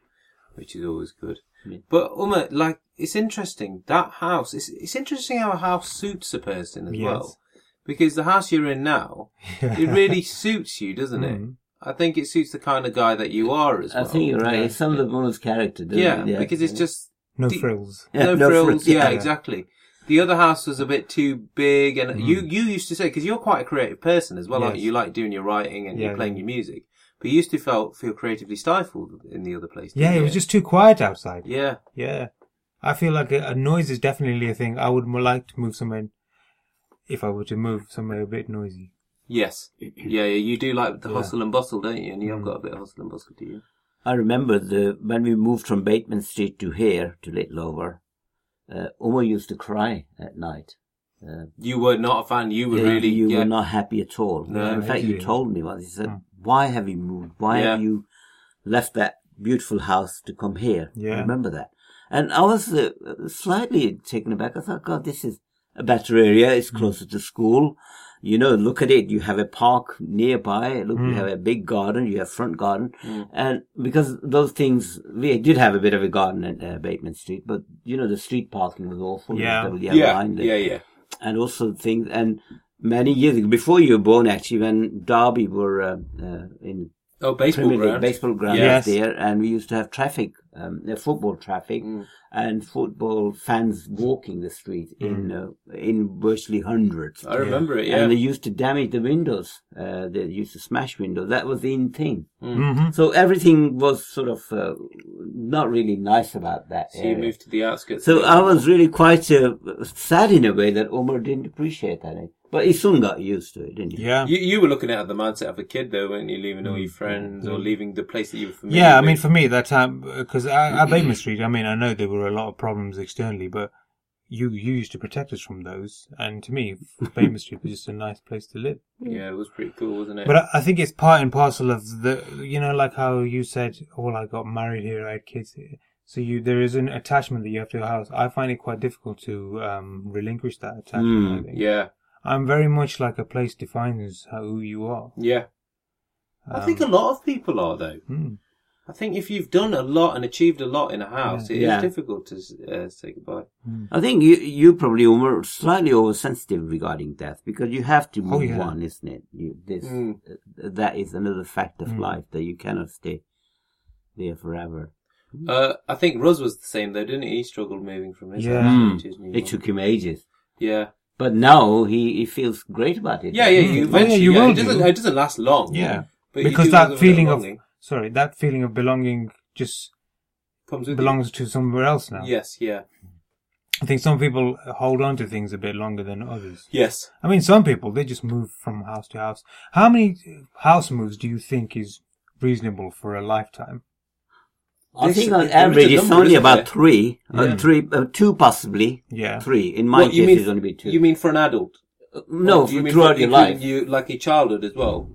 A: which is always good. But Uma, like, it's interesting that house. It's it's interesting how a house suits a person as
C: Yes.
A: well, because the house you're in now, it really suits you, doesn't
C: Mm.
A: it? I think it suits the kind of guy that you are as
B: Mm-hmm. I
A: well.
B: think you're right. It's some of the one's character. doesn't
A: yeah,
B: it?
A: because it's just
C: No
A: Do-
C: frills.
B: Yeah,
A: no,
B: no
A: frills.
B: frills,
A: Yeah,
B: yeah.
A: exactly. The other house was a bit too big, and you you used to say because you're quite a creative person as well, aren't
C: Yes.
A: you? You like doing your writing and
C: Yeah,
A: you're playing your music, but you used to felt feel creatively stifled in the other place.
C: Yeah,
A: didn't
C: it
A: you?
C: was just too quiet outside. Yeah.
A: yeah,
C: I feel like a, a noise is definitely a thing. I would more like to move somewhere if I were to move somewhere a bit noisy.
A: yes, yeah, yeah. You do like the
C: Yeah.
A: hustle and bustle, don't you? And you have got a bit of hustle and bustle, do you?
B: I remember the when we moved from Bateman Street to here to Little Over, uh, Uma used to cry at night.
A: You were not a fan. You were
B: You-
A: really
B: you
A: yeah.
B: were not happy at all.
A: No. Hmm.
B: In fact, you
C: Yeah.
B: told me once. You said, "Why have you moved? Why have
A: Yeah.
B: you left that beautiful house to come here. I
C: Yeah.
B: remember that. And I was uh, slightly taken aback. I thought, God, this is a better area. It's
A: Hmm.
B: closer to school. You know, look at it. You have a park nearby. Look,
A: Hmm.
B: you have a big garden. You have front garden. And because those things, we did have a bit of a garden at uh, Bateman Street, but you know, the street parking was awful. There
C: Yeah.
B: was double
A: Yeah,
B: yellow
A: yeah,
B: line there
A: yeah, yeah.
B: and also things and many years ago, before you were born actually when derby were uh, uh, in
A: Oh, baseball
B: Premier League
A: ground.
B: baseball ground
C: Yes.
B: there and we used to have traffic um, uh, football traffic
A: Mm.
B: and football fans walking the street in uh, in virtually hundreds
A: I remember it. Mm. Oh, Yeah.
B: and they used to damage the windows uh, they used to smash windows that was the in thing
C: Mm-hmm.
B: so everything was sort of uh, not really nice about that
A: so you
B: area.
A: moved to the outskirts.
B: So I was really quite uh, sad in a way that Omar didn't appreciate that. But he soon got used to it, didn't he?
C: Yeah.
A: You, you were looking at it the mindset of a kid, though, weren't you? Leaving all your friends or leaving the place that you were familiar
C: Mm, Yeah, I
A: with.
C: mean, for me, that time, because at Bateman Street, I mean, I know there were a lot of problems externally, but you, you used to protect us from those. And to me, Bateman Street was just a nice place to live.
A: yeah, it was pretty cool, wasn't it?
C: But I, I think it's part and parcel of the, you know, like how you said, oh, well, I got married here, I had kids here. So you, there is an attachment that you have to your house. I find it quite difficult to um, relinquish that attachment. I think.
A: Hmm, yeah,
C: I'm very much like a place defines how, who you are.
A: yeah. I think a
C: Um,
A: lot of people are though.
C: Hmm.
A: I think if you've done a lot and achieved a lot in a house, it is
B: Yeah.
A: difficult to s- uh, say goodbye.
B: I think you you probably were slightly oversensitive regarding death because you have to move
C: yeah.
B: on, isn't it? You, this
A: Oh, Mm.
B: uh, that is another fact of life that you cannot stay there forever.
C: Mm.
A: Uh, I think Ruz was the same though, didn't he? He struggled moving from his
C: Yeah.
A: house to his new
B: It
A: one.
B: took him ages,
A: Yeah,
B: but now he, he feels great about it. Mm.
A: yeah, yeah. You
C: Oh, yeah,
A: eventually,
C: you
A: yeah,
C: will
A: Mm. it doesn't.
C: do.
A: It doesn't last long.
C: Yeah.
A: but you
C: because
A: do
C: that
A: live a bit
C: feeling of,
A: longing.
C: sorry, that feeling of belonging just
A: comes with you.
C: belongs to somewhere else now.
A: Yes, yeah,
C: I think some people hold on to things a bit longer than others.
A: yes.
C: I mean, some people, they just move from house to house. How many house moves do you think is reasonable for a lifetime?
B: I
A: This-
B: think on
A: there is a
B: average it's
A: number,
B: only
A: isn't
B: about
A: there?
B: three, uh,
C: Yeah.
B: three, uh, two possibly,
C: Yeah.
B: three. In my
A: What,
B: case, it's going to be two.
A: You mean for an adult?
B: no,
A: Or do you mean
B: throughout
A: for-
B: your
A: including
B: life.
A: you like your childhood as well.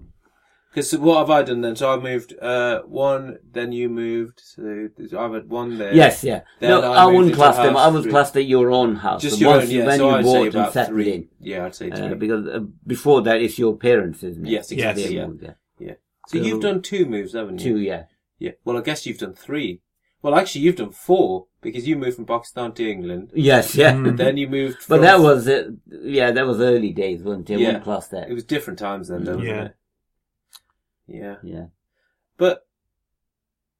A: Because what have I done then? So I moved uh, one, then you moved. So there's- I've had one there.
B: Yes, yeah.
A: Then
B: no,
A: I
B: I,
A: moved
B: wouldn't
A: into
B: class
A: a
B: them.
A: house
B: I would
A: with-
B: class that your own house.
A: just
B: the
A: your
B: once
A: own. Yeah,
B: when
A: so
B: you
A: I'd say
B: bought and
A: about
B: settled
A: three.
B: in.
A: Yeah, I'd say three.
B: Uh, because uh, before that, it's your parents, isn't it?
A: yes, exactly.
C: Yes.
B: They
A: Yeah,
B: moved there.
A: yeah. So you've done two moves, haven't you?
B: Two, yeah.
A: Yeah. Well, I guess you've done three. Well, actually, you've done four because you moved from Pakistan to England.
B: Yes, yeah.
C: Mm.
A: Then you moved.
B: Mm-hmm. but
A: from-
B: that was, uh, yeah, that was early days, wasn't it? I
A: Yeah.
B: wouldn't class that.
A: It was different times then, though,
C: Yeah.
A: wasn't it? Yeah.
B: yeah.
A: But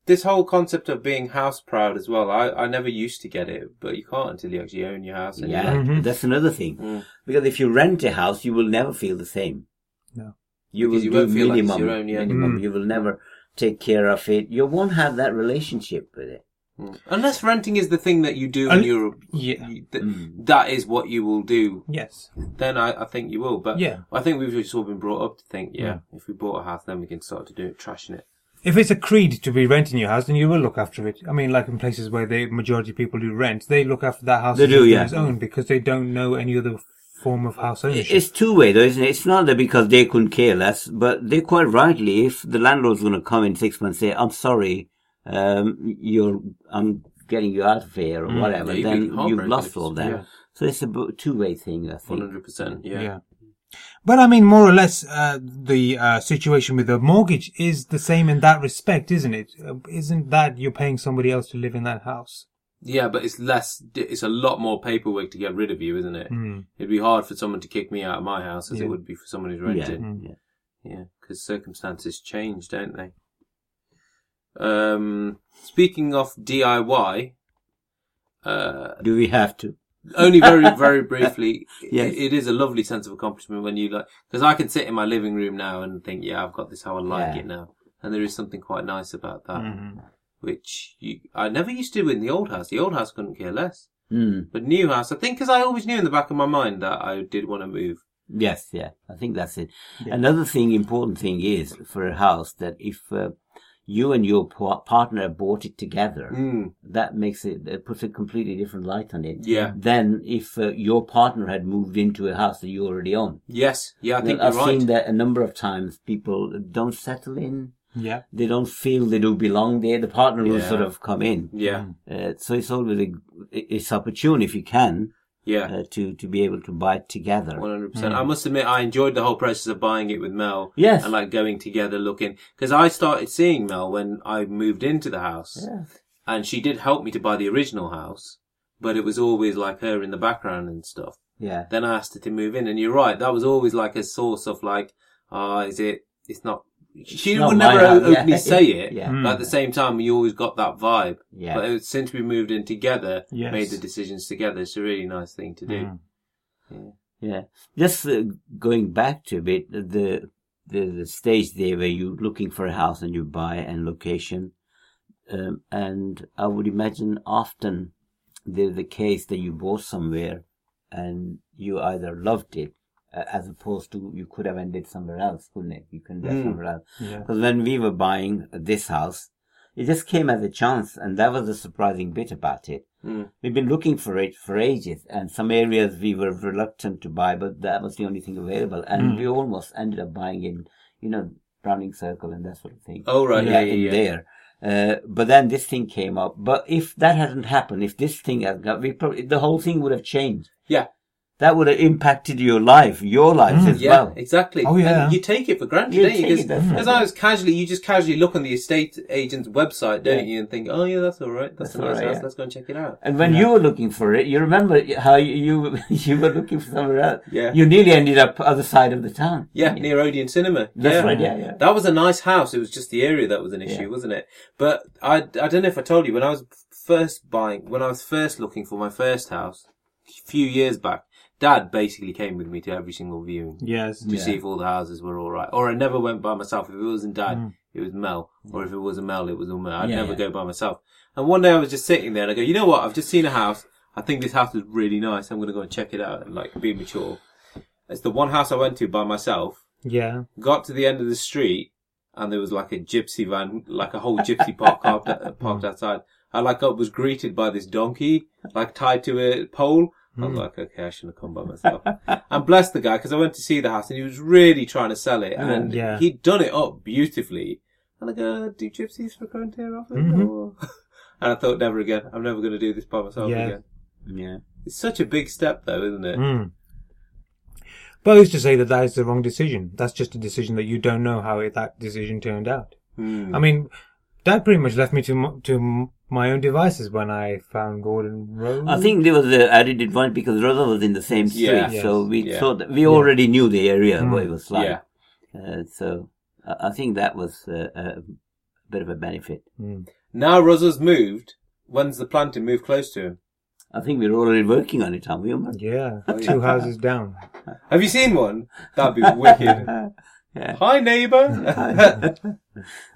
A: this whole concept of being house proud as well, I, I never used to get it, but you can't until you actually own your house. and you
B: Yeah,
A: like-
C: Mhm.
B: that's another thing.
A: Mm.
B: Because if you rent a house, you will never feel the same.
C: No.
B: You
A: Because
B: will
A: you
B: do
A: won't feel like it's
B: minimum.
A: your own, yeah.
B: minimum.
C: Mm.
B: You will never take care of it. You won't have that relationship with it.
A: Mm. Unless renting is the thing that you do in
C: Un-
A: Europe,
C: Yeah.
A: you, th-
B: Mm.
A: that is what you will do.
C: Yes.
A: Then I, I think you will. But
C: Yeah.
A: I think we've just all been brought up to think, yeah, if we bought a house, then we can start to do it, trashing it.
C: If it's a creed to be renting your house, then you will look after it. I mean, like in places where the majority of people do rent, they look after that house
B: They
C: as
B: do,
C: if it's
B: yeah.
C: its own because they don't know any other form of house ownership.
B: It's two way though, isn't it? It's not that because they couldn't care less, but they quite rightly, if the landlord's going to come in six months, and say, "I'm sorry, um, you're, I'm getting you out of here" or whatever,
A: Yeah, you'd be
B: then you've
A: heartbroken
B: lost
A: if-
B: all that.
A: yeah.
B: So it's a two way thing, I think.
A: 100%. Yeah.
C: yeah. But I mean, more or less, uh, the uh, situation with the mortgage is the same in that respect, isn't it? Uh, Isn't that you're paying somebody else to live in that house?
A: Yeah, but it's less, it's a lot more paperwork to get rid of you, isn't it?
C: Mm.
A: It'd be hard for someone to kick me out of my house as it
C: Yeah.
A: would be for someone who's
B: Yeah,
A: rented.
B: yeah.
A: Yeah, because circumstances change, don't they? Um, speaking of DIY, uh,
B: Do we have to?
A: only very, very briefly,
B: Yes.
A: it, it is a lovely sense of accomplishment when you like, because I can sit in my living room now and think, yeah, I've got this how I like
B: Yeah. Mm.
A: it now. And there is something quite nice about that,
C: Mm-hmm.
A: which you, I never used to in the old house. The old house couldn't care less.
B: Mm,
A: But new house, I think, because I always knew in the back of my mind that I did want to move.
B: yes, yeah. I think that's it. Another thing, important thing is for a house that if uh, you and your par- partner bought it together.
A: Mm,
B: that makes it, it puts a completely different light on it.
A: Yeah.
B: Than if uh, your partner had moved into a house that you already own.
A: yes, yeah, I think
B: I've
A: you're right.
B: seen that a number of times. People don't settle in.
C: Yeah.
B: They don't feel they do belong there. The partner will
A: Yeah.
B: sort of come in.
A: Yeah.
B: Uh, so it's always a, it's opportune if you can
A: Yeah.
B: uh, to to be able to buy it together.
A: One hundred percent. I must admit, I enjoyed the whole process of buying it with Mel.
B: Mm. Yes.
A: and like going together, looking because I started seeing Mel when I moved into the house,
B: Yeah.
A: and she did help me to buy the original house, but it was always like her in the background and stuff.
B: Yeah.
A: Then I asked her to move in, and you're right, that was always like a source of like, ah, is it? It's not. She
B: not
A: would
B: my
A: never
B: house.
A: openly
B: Yeah.
A: say it.
B: Yeah.
A: But at the same time, you always got that vibe.
B: Yeah.
A: But it was, since we moved in together,
C: Yes.
A: made the decisions together, it's a really nice thing to do.
C: Mm.
B: Yeah, just uh, going back to a bit the, the the stage there where you're looking for a house and you buy and location, um, and I would imagine often there's the case that you bought somewhere and you either loved it uh, as opposed to you could have ended somewhere else, couldn't it? You can
A: Mm.
B: mm. somewhere else.
C: Yeah.
B: Because when we were buying this house, it just came as a chance, and that was the surprising bit about it.
A: Mm.
B: We've been looking for it for ages, and some areas we were reluctant to buy, but that was the only thing available, and
A: Hmm.
C: Mm.
B: we almost ended up buying in, you know, Browning Circle and that sort of thing.
A: Oh right, yeah,
B: in
A: yeah, yeah.
B: there. Uh, but then this thing came up. But if that hadn't happened, if this thing had got, we probably the whole thing would have changed.
A: Yeah.
B: That would have impacted your life, your life
C: Mm.
B: as
A: Hmm. Yeah,
B: well.
A: exactly.
C: Oh, yeah.
A: And you take it for granted,
B: You
A: don't
B: take it,
A: you?
B: that's right.
A: Because I was casually, you just casually look on the estate agent's website, don't
B: Yeah.
A: you, and think, oh yeah, that's all right. That's,
B: That's
A: a nice
B: all right,
A: house.
B: yeah.
A: Let's go and check it out.
B: And when you were looking for it, you remember how you you were looking for somewhere else.
A: Yeah.
B: You nearly ended up other side of the town.
A: Yeah, near Odeon Cinema.
B: That's
A: yeah.
B: right. Yeah, yeah.
A: That was a nice house. It was just the area that was an issue,
B: Yeah.
A: wasn't it? But I, I don't know if I told you when I was first buying, when I was first looking for my first house, a few years back, Dad basically came with me to every single viewing.
C: Yes.
A: to see if all the houses were all right. Or I never went by myself. If it wasn't Dad, it was Mel. Or if it wasn't Mel, it was all Mel. I'd
B: Mm. Yeah,
A: never
B: yeah.
A: go by myself. And one day I was just sitting there and I go, you know what? I've just seen a house. I think this house is really nice. I'm going to go and check it out and like be mature. It's the one house I went to by myself.
C: Yeah.
A: Got to the end of the street and there was like a gypsy van, like a whole gypsy park parked, uh, parked outside. I like I was greeted by this donkey, like tied to a pole. I
C: Hmm.
A: was like, okay, I shouldn't have come by myself. and bless the guy because I went to see the house and he was really trying to sell it, and
C: Uh, Yeah.
A: he'd done it up beautifully. And I go, do gypsies recur to your office?
C: Mm-hmm.
A: Or... And I thought, never again. I'm never going to do this by myself
C: Yeah.
A: again.
B: Yeah.
A: It's such a big step, though, isn't it?
C: Mm. But who's to say that that is the wrong decision? That's just a decision that you don't know how it, that decision turned out.
A: Mm.
C: I mean, that pretty much left me to m- to m- my own devices when I found Gordon Road.
B: I think there was a added advantage because Rosa was in the same street,
A: Yeah.
C: Yes.
B: so we
A: Yeah.
B: thought that we already knew the area what it was like.
A: Yeah.
B: Uh, so I I think that was uh, a bit of a benefit.
C: Mm.
A: Now Russell's moved. When's the plan to move close to him?
B: I think we were already working on it, aren't we? Omar?
C: Yeah,
A: Oh, yeah.
C: two houses down.
A: Have you seen one? That'd be wicked.
B: Yeah.
A: Hi, neighbour.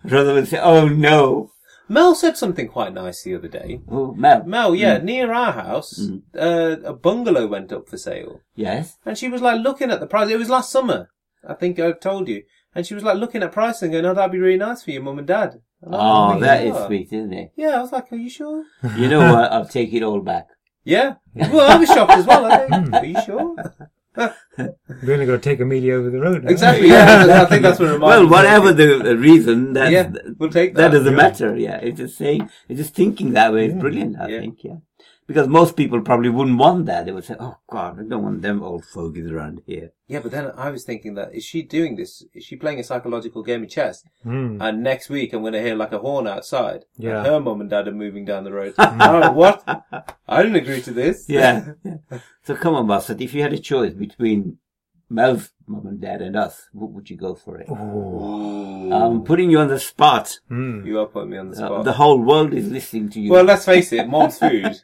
B: Rosa would say, "Oh no,
A: Mel said something quite nice the other day.
B: oh, Mel,
A: Mel, yeah, near our house,
B: Mm.
A: uh, a bungalow went up for sale.
B: yes,
A: And she was like looking at the price. It was last summer. I think I told you. And she was like looking at price and going, oh, that'd be really nice for your mum and dad. And I was
B: oh
A: like,
B: that
A: yeah.
B: is sweet, isn't it?
A: Yeah, I was like, are you sure?
B: You know what? I'll take it all back."
A: Yeah. Well, I was shocked as well. I think, are you sure?
C: We're only going to take Amelia over the road. now.
A: Exactly. Yeah, I think that's what it reminds
B: Well,
A: me of.
B: whatever the the reason, that
A: Yeah, we'll take that.
B: that
A: yeah.
B: doesn't
A: Mm,
B: matter. Yeah, it's just saying, it's just thinking that way is brilliant. I
A: Yeah.
B: think, yeah, because most people probably wouldn't want that. They would say, "Oh God, I don't want them old fogies around here."
A: Yeah, but then I was thinking that is she doing this? Is she playing a psychological game of chess?
C: Mm.
A: And next week I'm going to hear like a horn outside.
C: Yeah.
A: And her mum and dad are moving down the road. oh, what? I didn't agree to this.
B: Yeah. yeah. So come on, Bassett. If you had a choice between Mel's mum and dad and us, what would you go for it?
C: Oh.
B: I'm putting you on the spot.
C: Mm.
A: You are putting me on the
B: Uh,
A: spot.
B: the whole world is listening to you.
A: Well, let's face it, mom's food.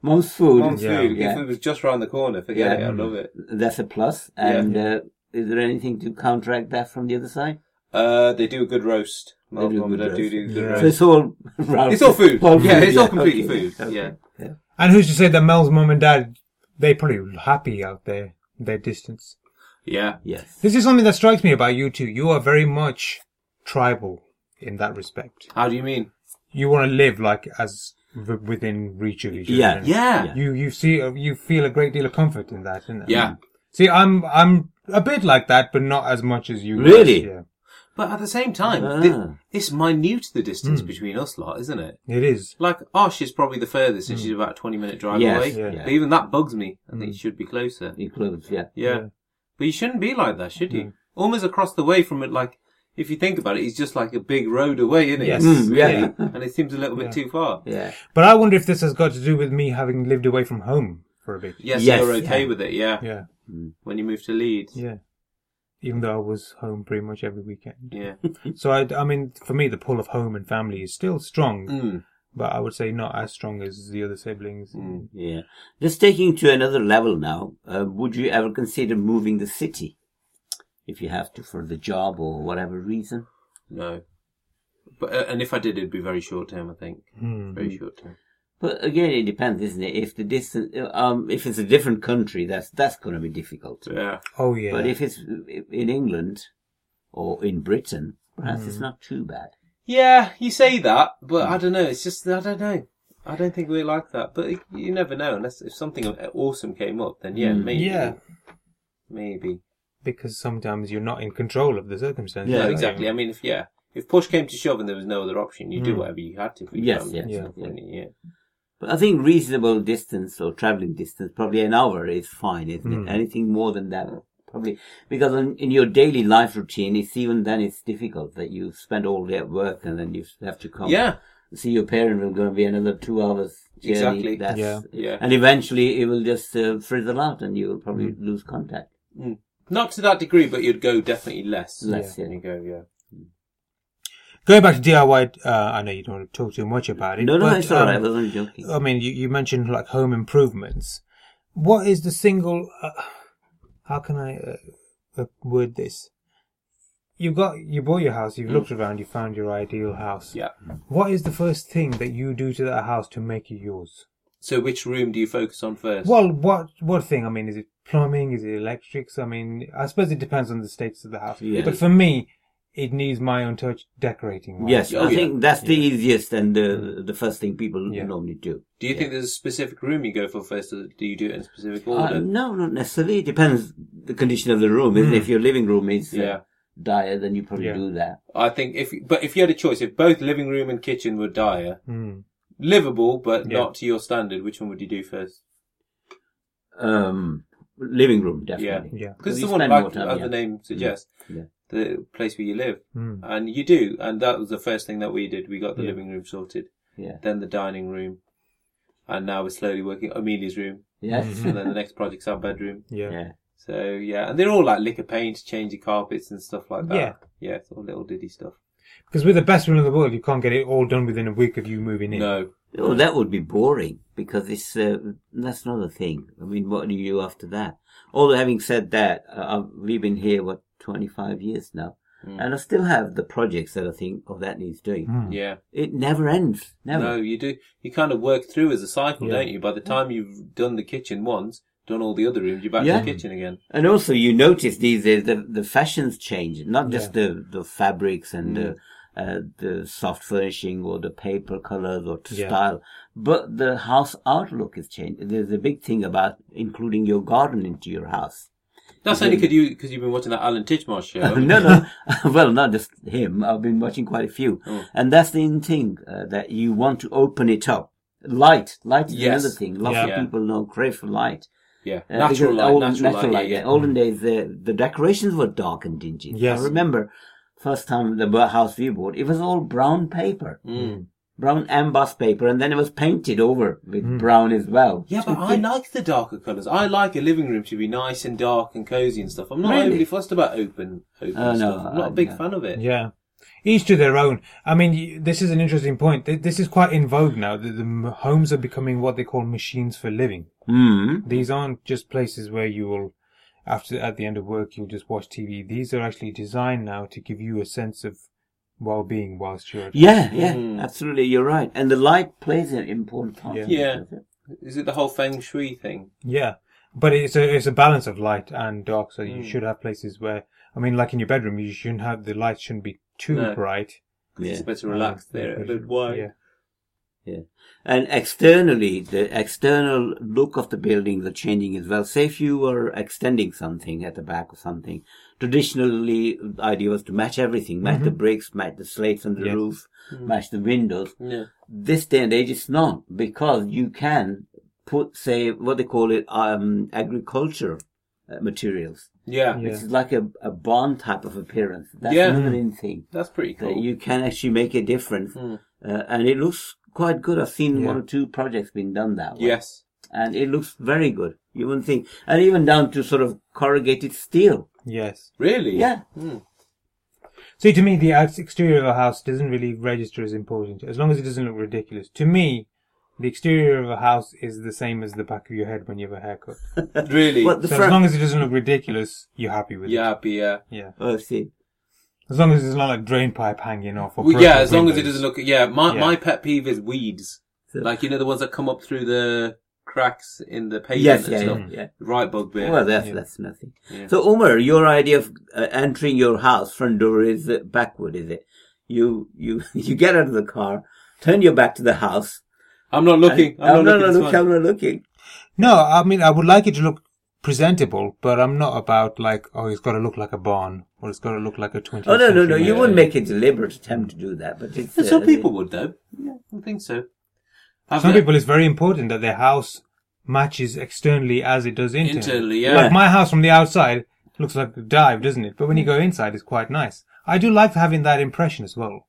B: Mom's food.
A: Mom's
C: Yeah.
A: food.
B: Yeah.
A: If it was just round the corner, forget
B: Yeah.
A: it. I love it.
B: That's a plus.
A: Yeah.
B: And uh, is there anything to counteract that from the other side?
A: Uh, they do a good roast.
B: They
A: Mom,
B: do a
A: mom and
B: good
A: dad do
B: roast.
A: do a good
C: Yeah.
A: roast.
B: So it's all round.
A: It's all food. Yeah, it's all completely
B: okay,
A: food. Yeah.
B: yeah.
C: And who's to say that Mel's mum and dad, they probably happy out there, their distance.
A: Yeah.
B: Yes.
C: This is something that strikes me about you two. You are very much tribal in that respect.
A: How do you mean?
C: You want to live like as w- within reach of each other.
B: Yeah.
A: Yeah.
C: You you see uh, you feel a great deal of comfort in that, isn't it?
A: Yeah.
C: See, I'm I'm a bit like that, but not as much as you. guys,
B: Really?
C: Yeah.
A: But at the same time,
B: Ah. Hmm.
A: thi- it's minute the distance between us lot, isn't it?
C: It is.
A: Like, Osh is probably the furthest, and she's about a 20 minute drive
B: Hmm. Yes,
A: away.
C: yeah.
A: But even that bugs me. I think you should be closer. Yeah.
B: Includes, yeah. Hmm.
A: But you shouldn't be like that, should you? Almost across the way from it, like, if you think about it, it's just like a big road away, isn't it?
C: Yes.
B: Mm, yeah.
A: And it seems a little bit too far.
B: Yeah.
C: But I wonder if this has got to do with me having lived away from home for a bit.
A: Yes,
B: Yes,
A: you're okay
B: yeah.
A: with it, yeah.
C: Yeah,
A: When you move to Leeds.
C: yeah. Even though I was home pretty much every weekend.
A: Yeah.
C: So I, I mean, for me, the pull of home and family is still strong,
A: Mm.
C: but I would say not as strong as the other siblings.
A: Mm.
B: Yeah. Just taking to another level now, uh, would you ever consider moving the city? If you have to for the job or whatever reason?
A: No. But uh, And if I did, it'd be very short term, I think.
B: Mm-hmm.
C: Hmm.
A: Very short term.
B: But again, it depends, isn't it? If the distance, um, if it's a different country, that's, that's going to be difficult.
A: Yeah.
C: Oh yeah.
B: But if it's in England or in Britain, perhaps it's not too bad.
A: Yeah, you say that, but
B: Hmm.
A: I don't know. It's just I don't know. I don't think we're like that. But it- you never know. Unless if something awesome came up, then
B: Hmm,
A: yeah, maybe.
C: Yeah.
A: Maybe.
C: because sometimes you're not in control of the circumstances. um,
B: Yeah,
A: no,
C: are you?
A: exactly. I mean, if yeah, if push came to shove and there was no other option, you do
C: Mm.
A: whatever you had to. For your
B: Hmm. Yes,
A: family
B: yes,
A: and
C: yeah.
A: stuff, wouldn't you? yeah.
B: But I think reasonable distance or traveling distance, probably an hour is fine, isn't
C: Mm.
A: Hmm.
B: it? Anything more than that, probably, because in, in your daily life routine, it's even then it's difficult that you spend all day at work and then you have to come.
A: Yeah.
B: See your parent is going to be another two hours journey.
A: Exactly.
B: That's,
C: Yeah.
A: Yeah.
B: And eventually it will just uh, frizzle out and you will probably
A: Hmm.
B: lose contact.
A: Not to that degree, but you'd go definitely less.
B: Less, yeah.
A: You go, yeah.
C: Going back to DIY, uh, I know you don't want to talk too much about it.
B: No, no,
C: but,
B: it's alright. I
C: um,
B: was only joking.
A: uh,
C: I mean, you, you mentioned like home improvements. What is the single? Uh, how can I uh, uh, word this? You got you bought your house.
B: Mm.
C: You've looked around. You found your ideal house.
A: Yeah.
C: What is the first thing that you do to that house to make it yours?
A: So which room do you focus on first?
C: Well, what what thing? I mean, is it plumbing? Is it electrics? I mean, I suppose it depends on the status of the house.
B: Yeah.
C: But for me, it needs my own touch decorating. wise.
B: Yes,
A: Oh,
B: I
A: yeah. Hmm.
B: think that's the easiest and the the first thing people
C: Yeah.
B: normally do.
A: Do you think there's a specific room you go for first, or do you do it in a specific order?
B: Uh, no, not necessarily. It depends the condition of the room. Isn't it? If your living room is
A: Yeah.
B: uh, dire, then you probably
C: Hmm. Yeah.
B: do that.
A: I think if, but if you had a choice, if both living room and kitchen were dire,
C: Mm.
A: livable but
C: Yeah.
A: not to your standard, which one would you do first?
B: Um, living room, definitely.
C: Yeah.
A: Because
B: You
A: the one
B: spend
A: like
B: more time,
A: as
B: yeah.
A: the name suggests,
B: Yeah.
A: the place where you live,
C: Mm.
A: and you do, and that was the first thing that we did. We got the living room sorted,
B: Yeah.
A: then the dining room, and now we're slowly working Amelia's room,
B: Yes.
A: and then the next project's our bedroom.
C: Yeah.
B: yeah.
A: So yeah, and they're all like lick of paint, change the carpets and stuff like that.
C: Yeah.
A: yeah, it's all little diddy stuff.
C: Because with the best room in the world, you can't get it all done within a week of you moving in.
A: No,
B: Oh, that would be boring because it's uh, that's not a thing. I mean, what do you do after that? Although, having said that, uh, I've- we've been here what twenty five years now,
C: Hmm.
B: and I still have the projects that I think, oh, that needs doing.
A: yeah.
B: It never ends. Never.
A: No, you do. You kind of work through as a cycle, don't you? By the time you've done the kitchen once, done all the other rooms, you're back
B: Yeah.
A: to the kitchen again.
B: And also, you notice these days the the fashions change, not just the the fabrics
A: Mm.
B: and the uh, the soft furnishing or the paper colors or t-
C: Yeah.
B: style, but the house outlook is changed. There's a big thing about including your garden into your house.
A: That's only because you because you've been watching that Alan Titchmarsh show. haven't you?
B: no, no, well, not just him. I've been watching quite a few,
A: Oh.
B: and that's the in thing uh, that you want to open it up. Light, light is
A: Yes.
B: another thing. Lots of
A: Yeah.
B: people know crave for light.
A: Yeah,
B: Uh,
A: natural
B: because
A: light,
B: olden-
A: natural, light. Yeah, Mm.
B: yeah. Olden days, the, the decorations were dark and dingy.
C: Yes.
B: I remember first time the bu- house we bought, it was all brown paper,
A: Mm.
B: brown embossed paper, and then it was painted over with brown as well.
A: Mm. yeah. but I like the darker colours. I like a living room to be nice and dark and cosy and stuff. I'm not
B: Really?
A: overly fussed about open, open
B: Oh, no,
A: stuff. I'm not a
B: I-
A: big
B: no.
A: fan of it.
C: Yeah. Each to their own. I mean, you- this is an interesting point. Th- This is quite in vogue now. The, the m- homes are becoming what they call machines for living.
B: Mm.
C: These aren't just places where you will, after at the end of work, you'll just watch TV. These are actually designed now to give you a sense of well-being whilst you're. at
B: Yeah, yeah, absolutely. You're right. And the light plays an important part.
C: Yeah.
A: Mm. Yeah. Is it the whole feng shui thing?
C: Yeah, but it's a it's a balance of light and dark. So
A: Hmm.
C: you should have places where I mean, like in your bedroom, you shouldn't have the light shouldn't be too
A: No.
C: bright.
A: It's better relaxed there. a bit wide.
C: Yeah.
B: Yeah. And externally, the external look of the buildings are changing as well. Say if you were extending something at the back or something, traditionally the idea was to match everything, match the bricks, match the slates on the
C: Mm-hmm. Yes. Mm-hmm.
B: roof, match the windows.
A: Yeah.
B: This day and age it's not because you can put, say, what they call it, um, agriculture uh, materials.
A: Yeah.
C: Yeah.
B: It's like a, a bond type of appearance. That's
A: Yeah.
B: another in thing
A: That's pretty
B: that
A: cool.
B: you can actually make a difference. Uh, and it looks quite good. I've seen one
C: Yeah.
B: or two projects being done that way.
A: Yes.
B: And it looks very good. You wouldn't think. And even down to sort of corrugated steel.
C: Yes.
A: Really?
B: Yeah.
C: See, to me, the outs- exterior of a house doesn't really register as important, as long as it doesn't look ridiculous. To me, the exterior of a house is the same as the back of your head when you have a haircut.
A: Really?
B: But the
C: So as
B: front.
C: long as it doesn't look ridiculous, you're happy with
A: Yeah, uh, happy, yeah.
C: it. Yeah.
B: Oh, see.
C: As long as it's not like drain pipe hanging off. Or
A: Well, yeah,
C: broken
A: as long as it
C: windows.
A: doesn't look. Yeah, my,
C: Yeah.
A: my pet peeve is weeds.
B: So-
A: Like, you know, the ones that come up through the cracks in the pavement
B: Yes,
A: and
B: yeah,
A: stuff.
B: yeah, yeah.
A: Right bugbear.
B: Well, that's,
C: Yeah.
B: that's nothing.
A: Yeah.
B: So, Umar, your idea of uh, entering your house front door is uh, backward, is it? You, you, you get out of the car, turn your back to the house.
A: I'm not looking. I'm, not
B: I'm not,
A: looking. it's
B: look,
A: fine.
B: I'm not looking.
C: No, I mean, I would like it to look presentable, but I'm not about like, oh, it's got to look like a barn or it's got to look like a 20th
B: Oh, no, no, no.
C: century
B: You
C: house.
B: wouldn't make a deliberate attempt to do that, but it's.
A: Yeah,
B: uh,
A: some people would, though. Yeah, I think so. Have
C: Some
A: they-
C: people, it's very important that their house matches externally as it does internally.
A: Internally, yeah.
C: Like my house from the outside looks like a dive, doesn't it? But when you go inside, it's quite nice. I do like having that impression as well.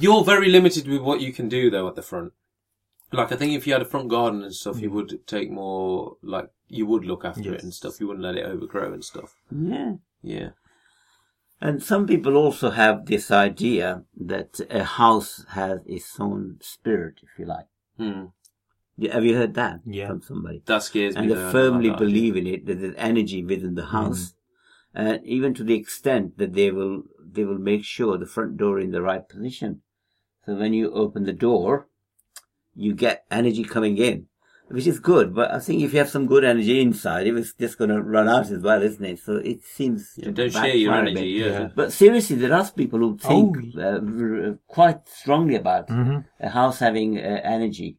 A: You're very limited with what you can do though at the front. Like I think if you had a front garden and stuff,
B: Mm.
A: you would take more. Like you would look after it
C: Yes.
A: and stuff. You wouldn't let it overgrow and stuff.
B: Yeah.
A: Yeah.
B: And some people also have this idea that a house has its own spirit, if you like.
A: Hmm.
B: Yeah, Have you heard that
C: Yeah.
B: from somebody?
A: That scares
B: And
A: me.
B: they
A: though, I don't
B: firmly
A: like that.
B: believe in it that there's energy within the house, and even to the extent that they will they will make sure the front door in the right position. So when you open the door, you get energy coming in, which is good. But I think if you have some good energy inside, it was just going to run out as well, isn't it? So it seems
A: Yeah,
B: to
A: don't share your
B: backfire a bit.
A: energy. Yeah.
C: Yeah.
B: But seriously, there are people who think
C: Oh.
B: uh, r- r- quite strongly about
C: Mhm.
B: a house having uh, energy.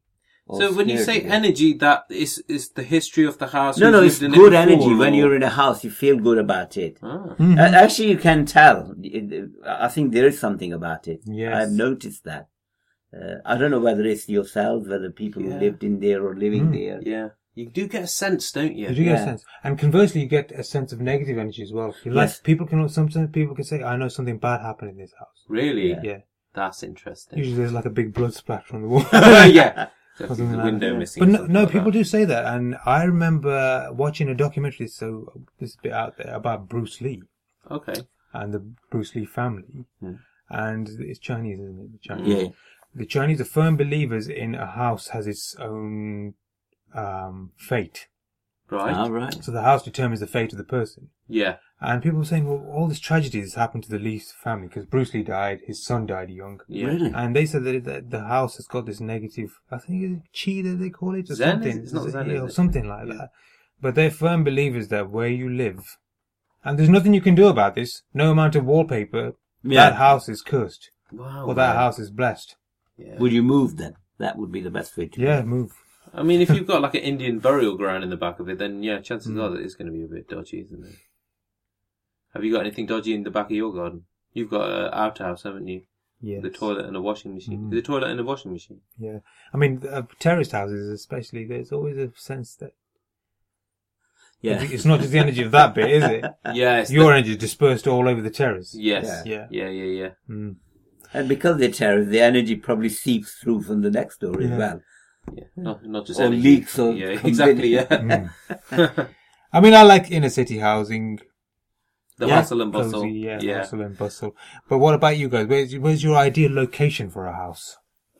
A: Mm.
B: or
A: So when you
B: spirit
A: say
B: in it.
A: energy, that is is the history of the house.
B: no,
A: who's
B: no,
A: lived
B: it's
A: in it
B: good
A: before,
B: energy.
A: or-
B: When you're in a house, you feel good about it.
A: Ah.
B: Uh, actually, you can tell. It- it- I think there is something about it.
C: Yes.
B: I've noticed that. Uh, I don't know whether it's yourselves, whether people
A: Yeah. Mm.
B: who lived in there or living there.
A: Yeah. You do get a sense, don't you?
C: You do get a
B: Yeah.
C: sense, and conversely, you get a sense of negative energy as well. You like
B: Yes.
C: people can sometimes people can say, "I know something bad happened in this house."
A: Really?
B: Yeah.
C: Yeah,
A: That's interesting.
C: usually there's like a big blood splatter on the wall.
A: yeah. So
C: Something
A: the
C: like
A: window
C: that.
A: missing.
C: But
A: or
C: no,
A: something
C: no
A: like
C: people
A: that.
C: do say that, and I remember watching a documentary. So this is a bit out there about Bruce Lee
A: Okay.
C: and the Bruce Lee family,
B: Hmm.
C: and it's Chinese, isn't it? The Chinese.
B: Yeah.
C: The Chinese are firm believers in a house has its own um, fate,
A: Right.
B: All right.
C: so the house determines the fate of the person.
A: yeah.
C: And people were saying, well, all this tragedy has happened to the Lee family because Bruce Lee died, his son died young.
A: Yeah.
B: Really?
C: And they said that, it- that the house has got this negative, I think it's chi that they call it or
A: Zen?
C: something.
A: It's not Zen,
C: Yeah,
A: is
C: or
A: it?
C: something like
A: Yeah.
C: that. But they're firm believers that where you live, and there's nothing you can do about this, no amount of wallpaper,
B: Yeah.
C: that house is cursed
A: Oh, Wow.
C: or that
A: man.
C: house is blessed.
A: Yeah.
B: Would you move then? That would be the best way to.
C: Yeah, move.
A: I mean, if you've got like an Indian burial ground in the back of it, then yeah, chances
C: Hmm.
A: are that it's going to be a bit dodgy, isn't it? Have you got anything dodgy in the back of your garden? You've got an outhouse, haven't you?
C: Yeah.
A: The toilet and a washing machine.
C: Mm.
A: The toilet and a washing machine.
C: Yeah. I mean, uh, terraced houses especially, there's always a sense that
B: Yeah.
C: it's not just the energy of that bit, is it?
B: Uh,
A: Yes.
C: Your energy is dispersed all over the terrace.
A: yes.
C: Yeah.
A: Yeah. Yeah. Yeah.
C: Mm.
B: And because they're terraced, the energy probably seeps through from the next door as
C: Yeah.
B: well.
A: yeah. Not, not just
B: Or
A: energy.
B: leaks or
A: yeah.
B: comes
A: Exactly.
B: in.
A: Yeah.
C: Mm. I mean, I like inner city housing,
A: The
B: Yeah.
A: hustle and bustle.
C: cozy, yeah,
A: yeah.
C: hustle and bustle. But what about you guys? Where's, where's your ideal location for a house?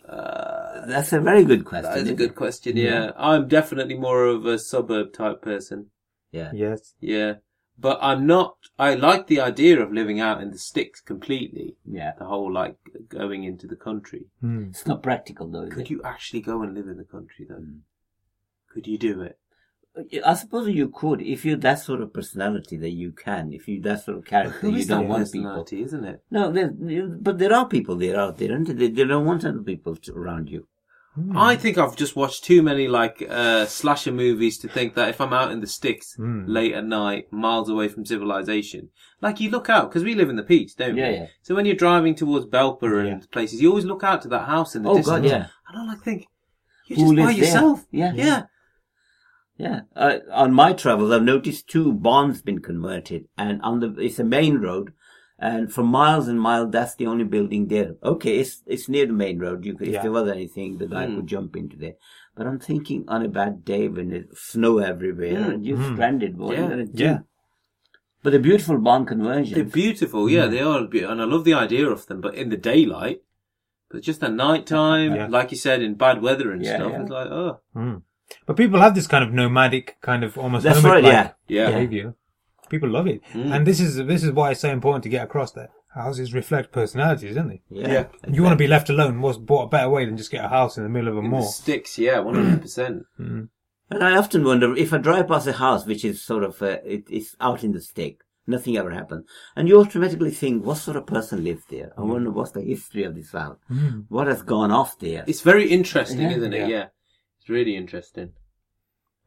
A: Uh,
B: That's a very good question.
A: that is a
B: isn't
A: good
B: it?
A: question.
C: Yeah.
A: yeah. I'm definitely more of a suburb type person.
B: Yeah.
C: Yes.
A: Yeah. But I'm not, I like the idea of living out in the sticks completely.
B: Yeah.
A: The whole like going into the country.
C: Hmm.
B: It's not practical though. is
A: Could
B: it?
A: you actually go and live in the country though? Could you do it?
B: Uh, I suppose you could if you're that sort of personality that you can. If you that sort of character, you
A: It's
B: don't
A: that
B: want people.
A: personality, isn't it?
B: No, there- but there are people there out there, and they, they don't want other people to, around you.
A: I think I've just watched too many like uh, slasher movies to think that if I'm out in the sticks
B: Hmm.
A: late at night, miles away from civilization, like you look out because we live in the peaks, don't
B: Yeah,
A: we?
B: yeah.
A: So when you're driving towards Belper and places, you always look out to that house in the
B: Oh, God,
A: distance.
B: yeah.
A: And I like think you're just
B: Who
A: by
B: lives there?
A: yourself.
B: Yeah.
A: yeah.
B: Yeah, uh, on my travels, I've noticed two barns been converted, and on the it's a main road, and for miles and miles, that's the only building there. Okay, it's it's near the main road. You could, if
C: Yeah.
B: there was anything, the guy could jump into there. But I'm thinking on a bad day when there's snow everywhere, and you're stranded. What are you
A: Yeah.
B: gonna do?
C: Yeah.
B: But the beautiful barn conversion.
A: They're beautiful,
B: Hmm.
A: yeah, they are, be- and I love the idea of them. But in the daylight, but just at night time,
C: Yeah.
A: like you said, in bad weather and
B: Yeah,
A: stuff,
B: yeah.
A: it's like, oh,
C: Mm. But people have this kind of nomadic, kind of almost
B: That's
C: nomad-like
B: right, yeah.
A: yeah,
C: behavior. People love it, and this is this is why it's so important to get across that houses reflect personalities, don't they?
B: yeah.
A: Yeah.
C: You want to be left alone. What's what a better way than just get a house in the middle of a
A: In the
C: moor?
A: sticks, yeah, one hundred percent.
B: And I often wonder if I drive past a house which is sort of uh, it, it's out in the stick, nothing ever happened, and you automatically think, what sort of person lives there?
A: Mm.
B: I wonder what's the history of this house. What has gone off there?
A: It's very interesting,
B: Yeah.
A: isn't it?
C: Yeah.
A: Yeah. it's really interesting.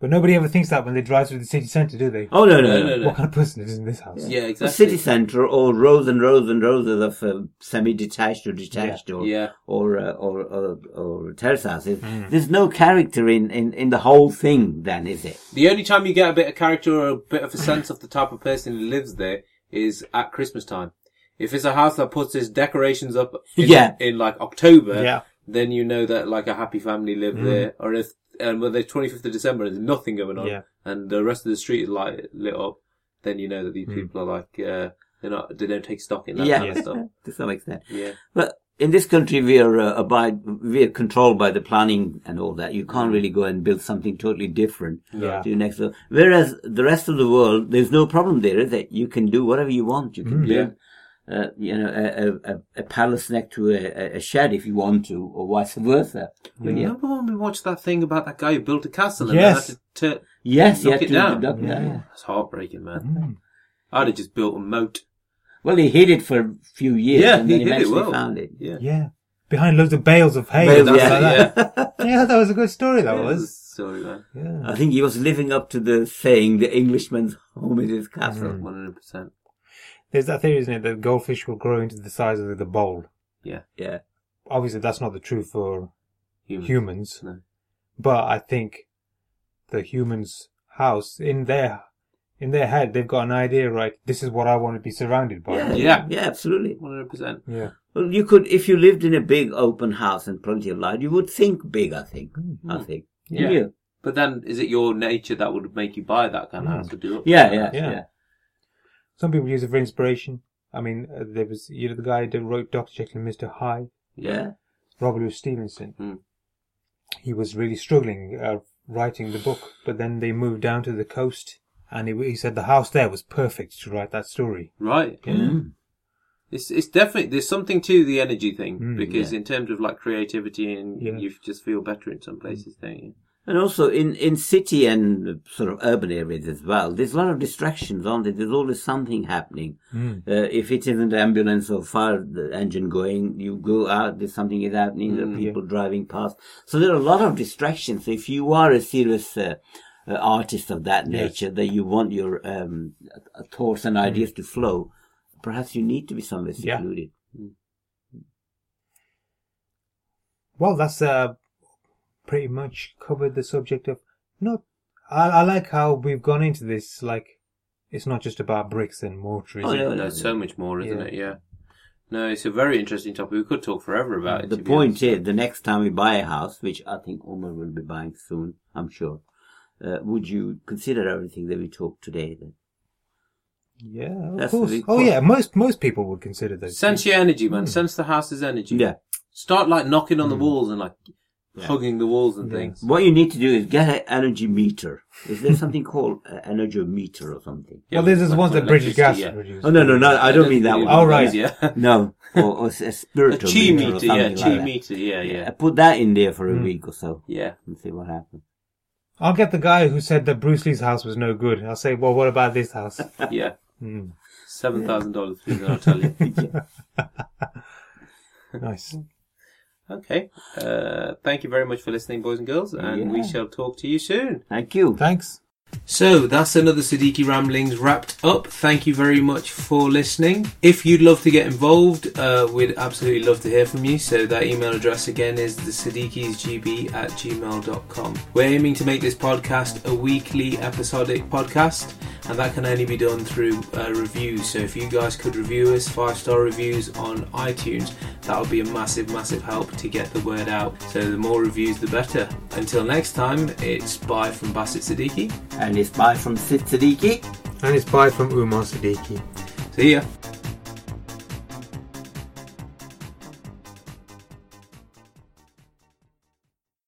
C: But nobody ever thinks that when they drive through the city centre, do they?
B: oh no, no,
A: No,
B: no.
A: no,
C: What kind of person is in this house?
A: Yeah,
B: A
A: exactly.
B: city centre or rows and rows and rows of uh, semi-detached or detached or
A: Yeah. Mm.
B: or, uh, or or or terrace houses. There's no character in, in in the whole thing. Then is it?
A: The only time you get a bit of character or a bit of a sense of the type of person who lives there is at Christmas time. If it's a house that puts its decorations up in,
B: Yeah.
A: in like October,
C: Yeah.
A: then you know that like a happy family live there. Or if um, and when the 25th of December and there's nothing going on
C: Yeah.
A: and the rest of the street is light, lit up, then you know that these people are like, uh, they're not, they don't take stock in that
B: yeah,
A: kind of stuff.
B: to some extent.
A: Yeah.
B: Well, in this country, we are uh, abide, we are controlled by the planning and all that. You
A: Mm.
B: can't really go and build something totally different
A: Ah.
C: Yeah.
B: to the next level. Whereas the rest of the world, there's no problem there, is it? You can do whatever you want. You
A: Mm,
B: can build, uh, you know, a, a, a- a palace next to a, a- a shed if you want to, or vice versa.
A: Remember when we watched that thing about that guy who built a castle and
C: Yes.
A: had to turn,
B: Yes,
A: Knock
B: yeah,
A: it
B: to-
A: down.
B: knock it down, yeah.
A: That's heartbreaking, man.
C: Mm,
A: I'd have just built a moat.
B: Well, he hid it for a few years,
A: Yeah,
B: and then
A: he hid it
B: eventually
A: well.
B: found it.
A: Yeah.
C: Yeah. Behind loads of bales of hay.
B: Bales,
C: and stuff
B: yeah,
C: like that. yeah, that was a good story. That
A: Yeah,
C: was.
A: Sorry, man.
C: Yeah.
B: I think he was living up to the saying, "The Englishman's home is his castle."
A: One hundred percent.
C: There's that theory, isn't it, that goldfish will grow into the size of the bowl.
B: Yeah,
C: Obviously, that's not the truth for humans,
A: No.
C: but I think the humans' house in their in their head, they've got an idea, right? This is what I want to be surrounded by.
B: yeah,
A: Yeah.
B: yeah, absolutely.
A: One hundred percent.
C: Yeah.
B: Well, you could, if you lived in a big open house and plenty of light, you would think big, I think. I think.
A: Mm-hmm. Yeah.
B: You?
A: But then, is it your nature that would make you buy that kind of
C: Mm.
A: house? Would you?
B: Yeah, yeah,
C: Yeah.
B: yeah.
C: Some people use it for inspiration. I mean, uh, there was you know the guy that wrote Doctor Jekyll and Mister Hyde,
B: Yeah.
C: Robert Louis Stevenson.
A: Hmm.
C: He was really struggling uh, writing the book, but then they moved down to the coast, and he, he said the house there was perfect to write that story.
A: Right. Yeah.
B: Mm.
A: It's it's definitely there's something to the energy thing
C: Mm,
A: because
B: yeah.
A: in terms of like creativity and
C: Yeah.
A: you just feel better in some places, don't you?
B: And also in, in city and sort of urban areas as well, there's a lot of distractions, aren't there? There's always something happening.
C: Hmm.
B: Uh, if it isn't ambulance or fire the engine going, you go out, there's something is happening,
A: Mm,
B: there are people driving past. So there are a lot of distractions. So if you are a serious uh, uh, artist of that nature, that you want your um, uh, thoughts
A: Mm.
B: and ideas to flow, perhaps you need to be somewhere
C: Yeah.
B: secluded.
C: Well, that's uh, pretty much covered the subject of not. I, I like how we've gone into this. Like, it's not just about bricks and mortar. Is
B: Oh,
C: it?
B: yeah.
A: No, it's so much more, isn't
C: Yeah.
A: it? Yeah. No, it's a very interesting topic. We could talk forever about it.
B: The
A: to be
B: point
A: honest.
B: is, the next time we buy a house, which I think Omar will be buying soon, I'm sure, uh, would you consider everything that we talked today? Then?
C: Yeah, of
B: That's the
C: course.
B: big
C: Oh,
B: point.
C: yeah. Most most people would consider those.
A: sense your energy, man. Sense the house's energy.
B: Hmm. Yeah. Hmm.
A: Start like knocking on the walls and like hugging the walls and things.
B: What you need to do is get an energy meter. Is there something called an energy meter or something?
A: Yeah,
C: well, this is
A: like
C: ones
A: for
C: that British Gas
A: electricity, yeah.
C: produce.
B: Oh no, no, no! I don't mean that
A: think
B: one.
A: it
C: Oh,
A: was,
C: right.
A: Yeah.
B: No, or, or s- a
A: A
B: spiritual
A: chi
B: meter, Hmm. or
A: meter, yeah,
B: something
A: chi
B: like
A: meter, yeah,
B: that.
A: yeah,
B: Put that in there for a week or so
A: yeah.
B: and see what happens.
C: I'll get the guy who said that Bruce Lee's house was no good. I'll say, well, what about this house?
A: Yeah.
C: Mm.
A: Seven thousand dollars, I'll tell you.
C: nice.
A: Okay. Uh, thank you very much for listening, boys and girls, and we
B: Yeah.
A: shall talk to you soon.
B: Thank you.
C: Thanks.
A: So that's another Siddiqui Ramblings wrapped up. Thank you very much for listening. If you'd love to get involved, uh, we'd absolutely love to hear from you. So that email address again is thesiddiquisgb at gmail.com. We're aiming to make this podcast a weekly episodic podcast, and that can only be done through uh, reviews. So if you guys could review us, five star reviews on iTunes, that would be a massive, massive help to get the word out. So the more reviews, the better. Until next time, it's bye from Bassett Siddiqui.
B: And it's bye from Sid Siddiqui.
C: And it's bye from Umar Siddiqui.
A: See ya.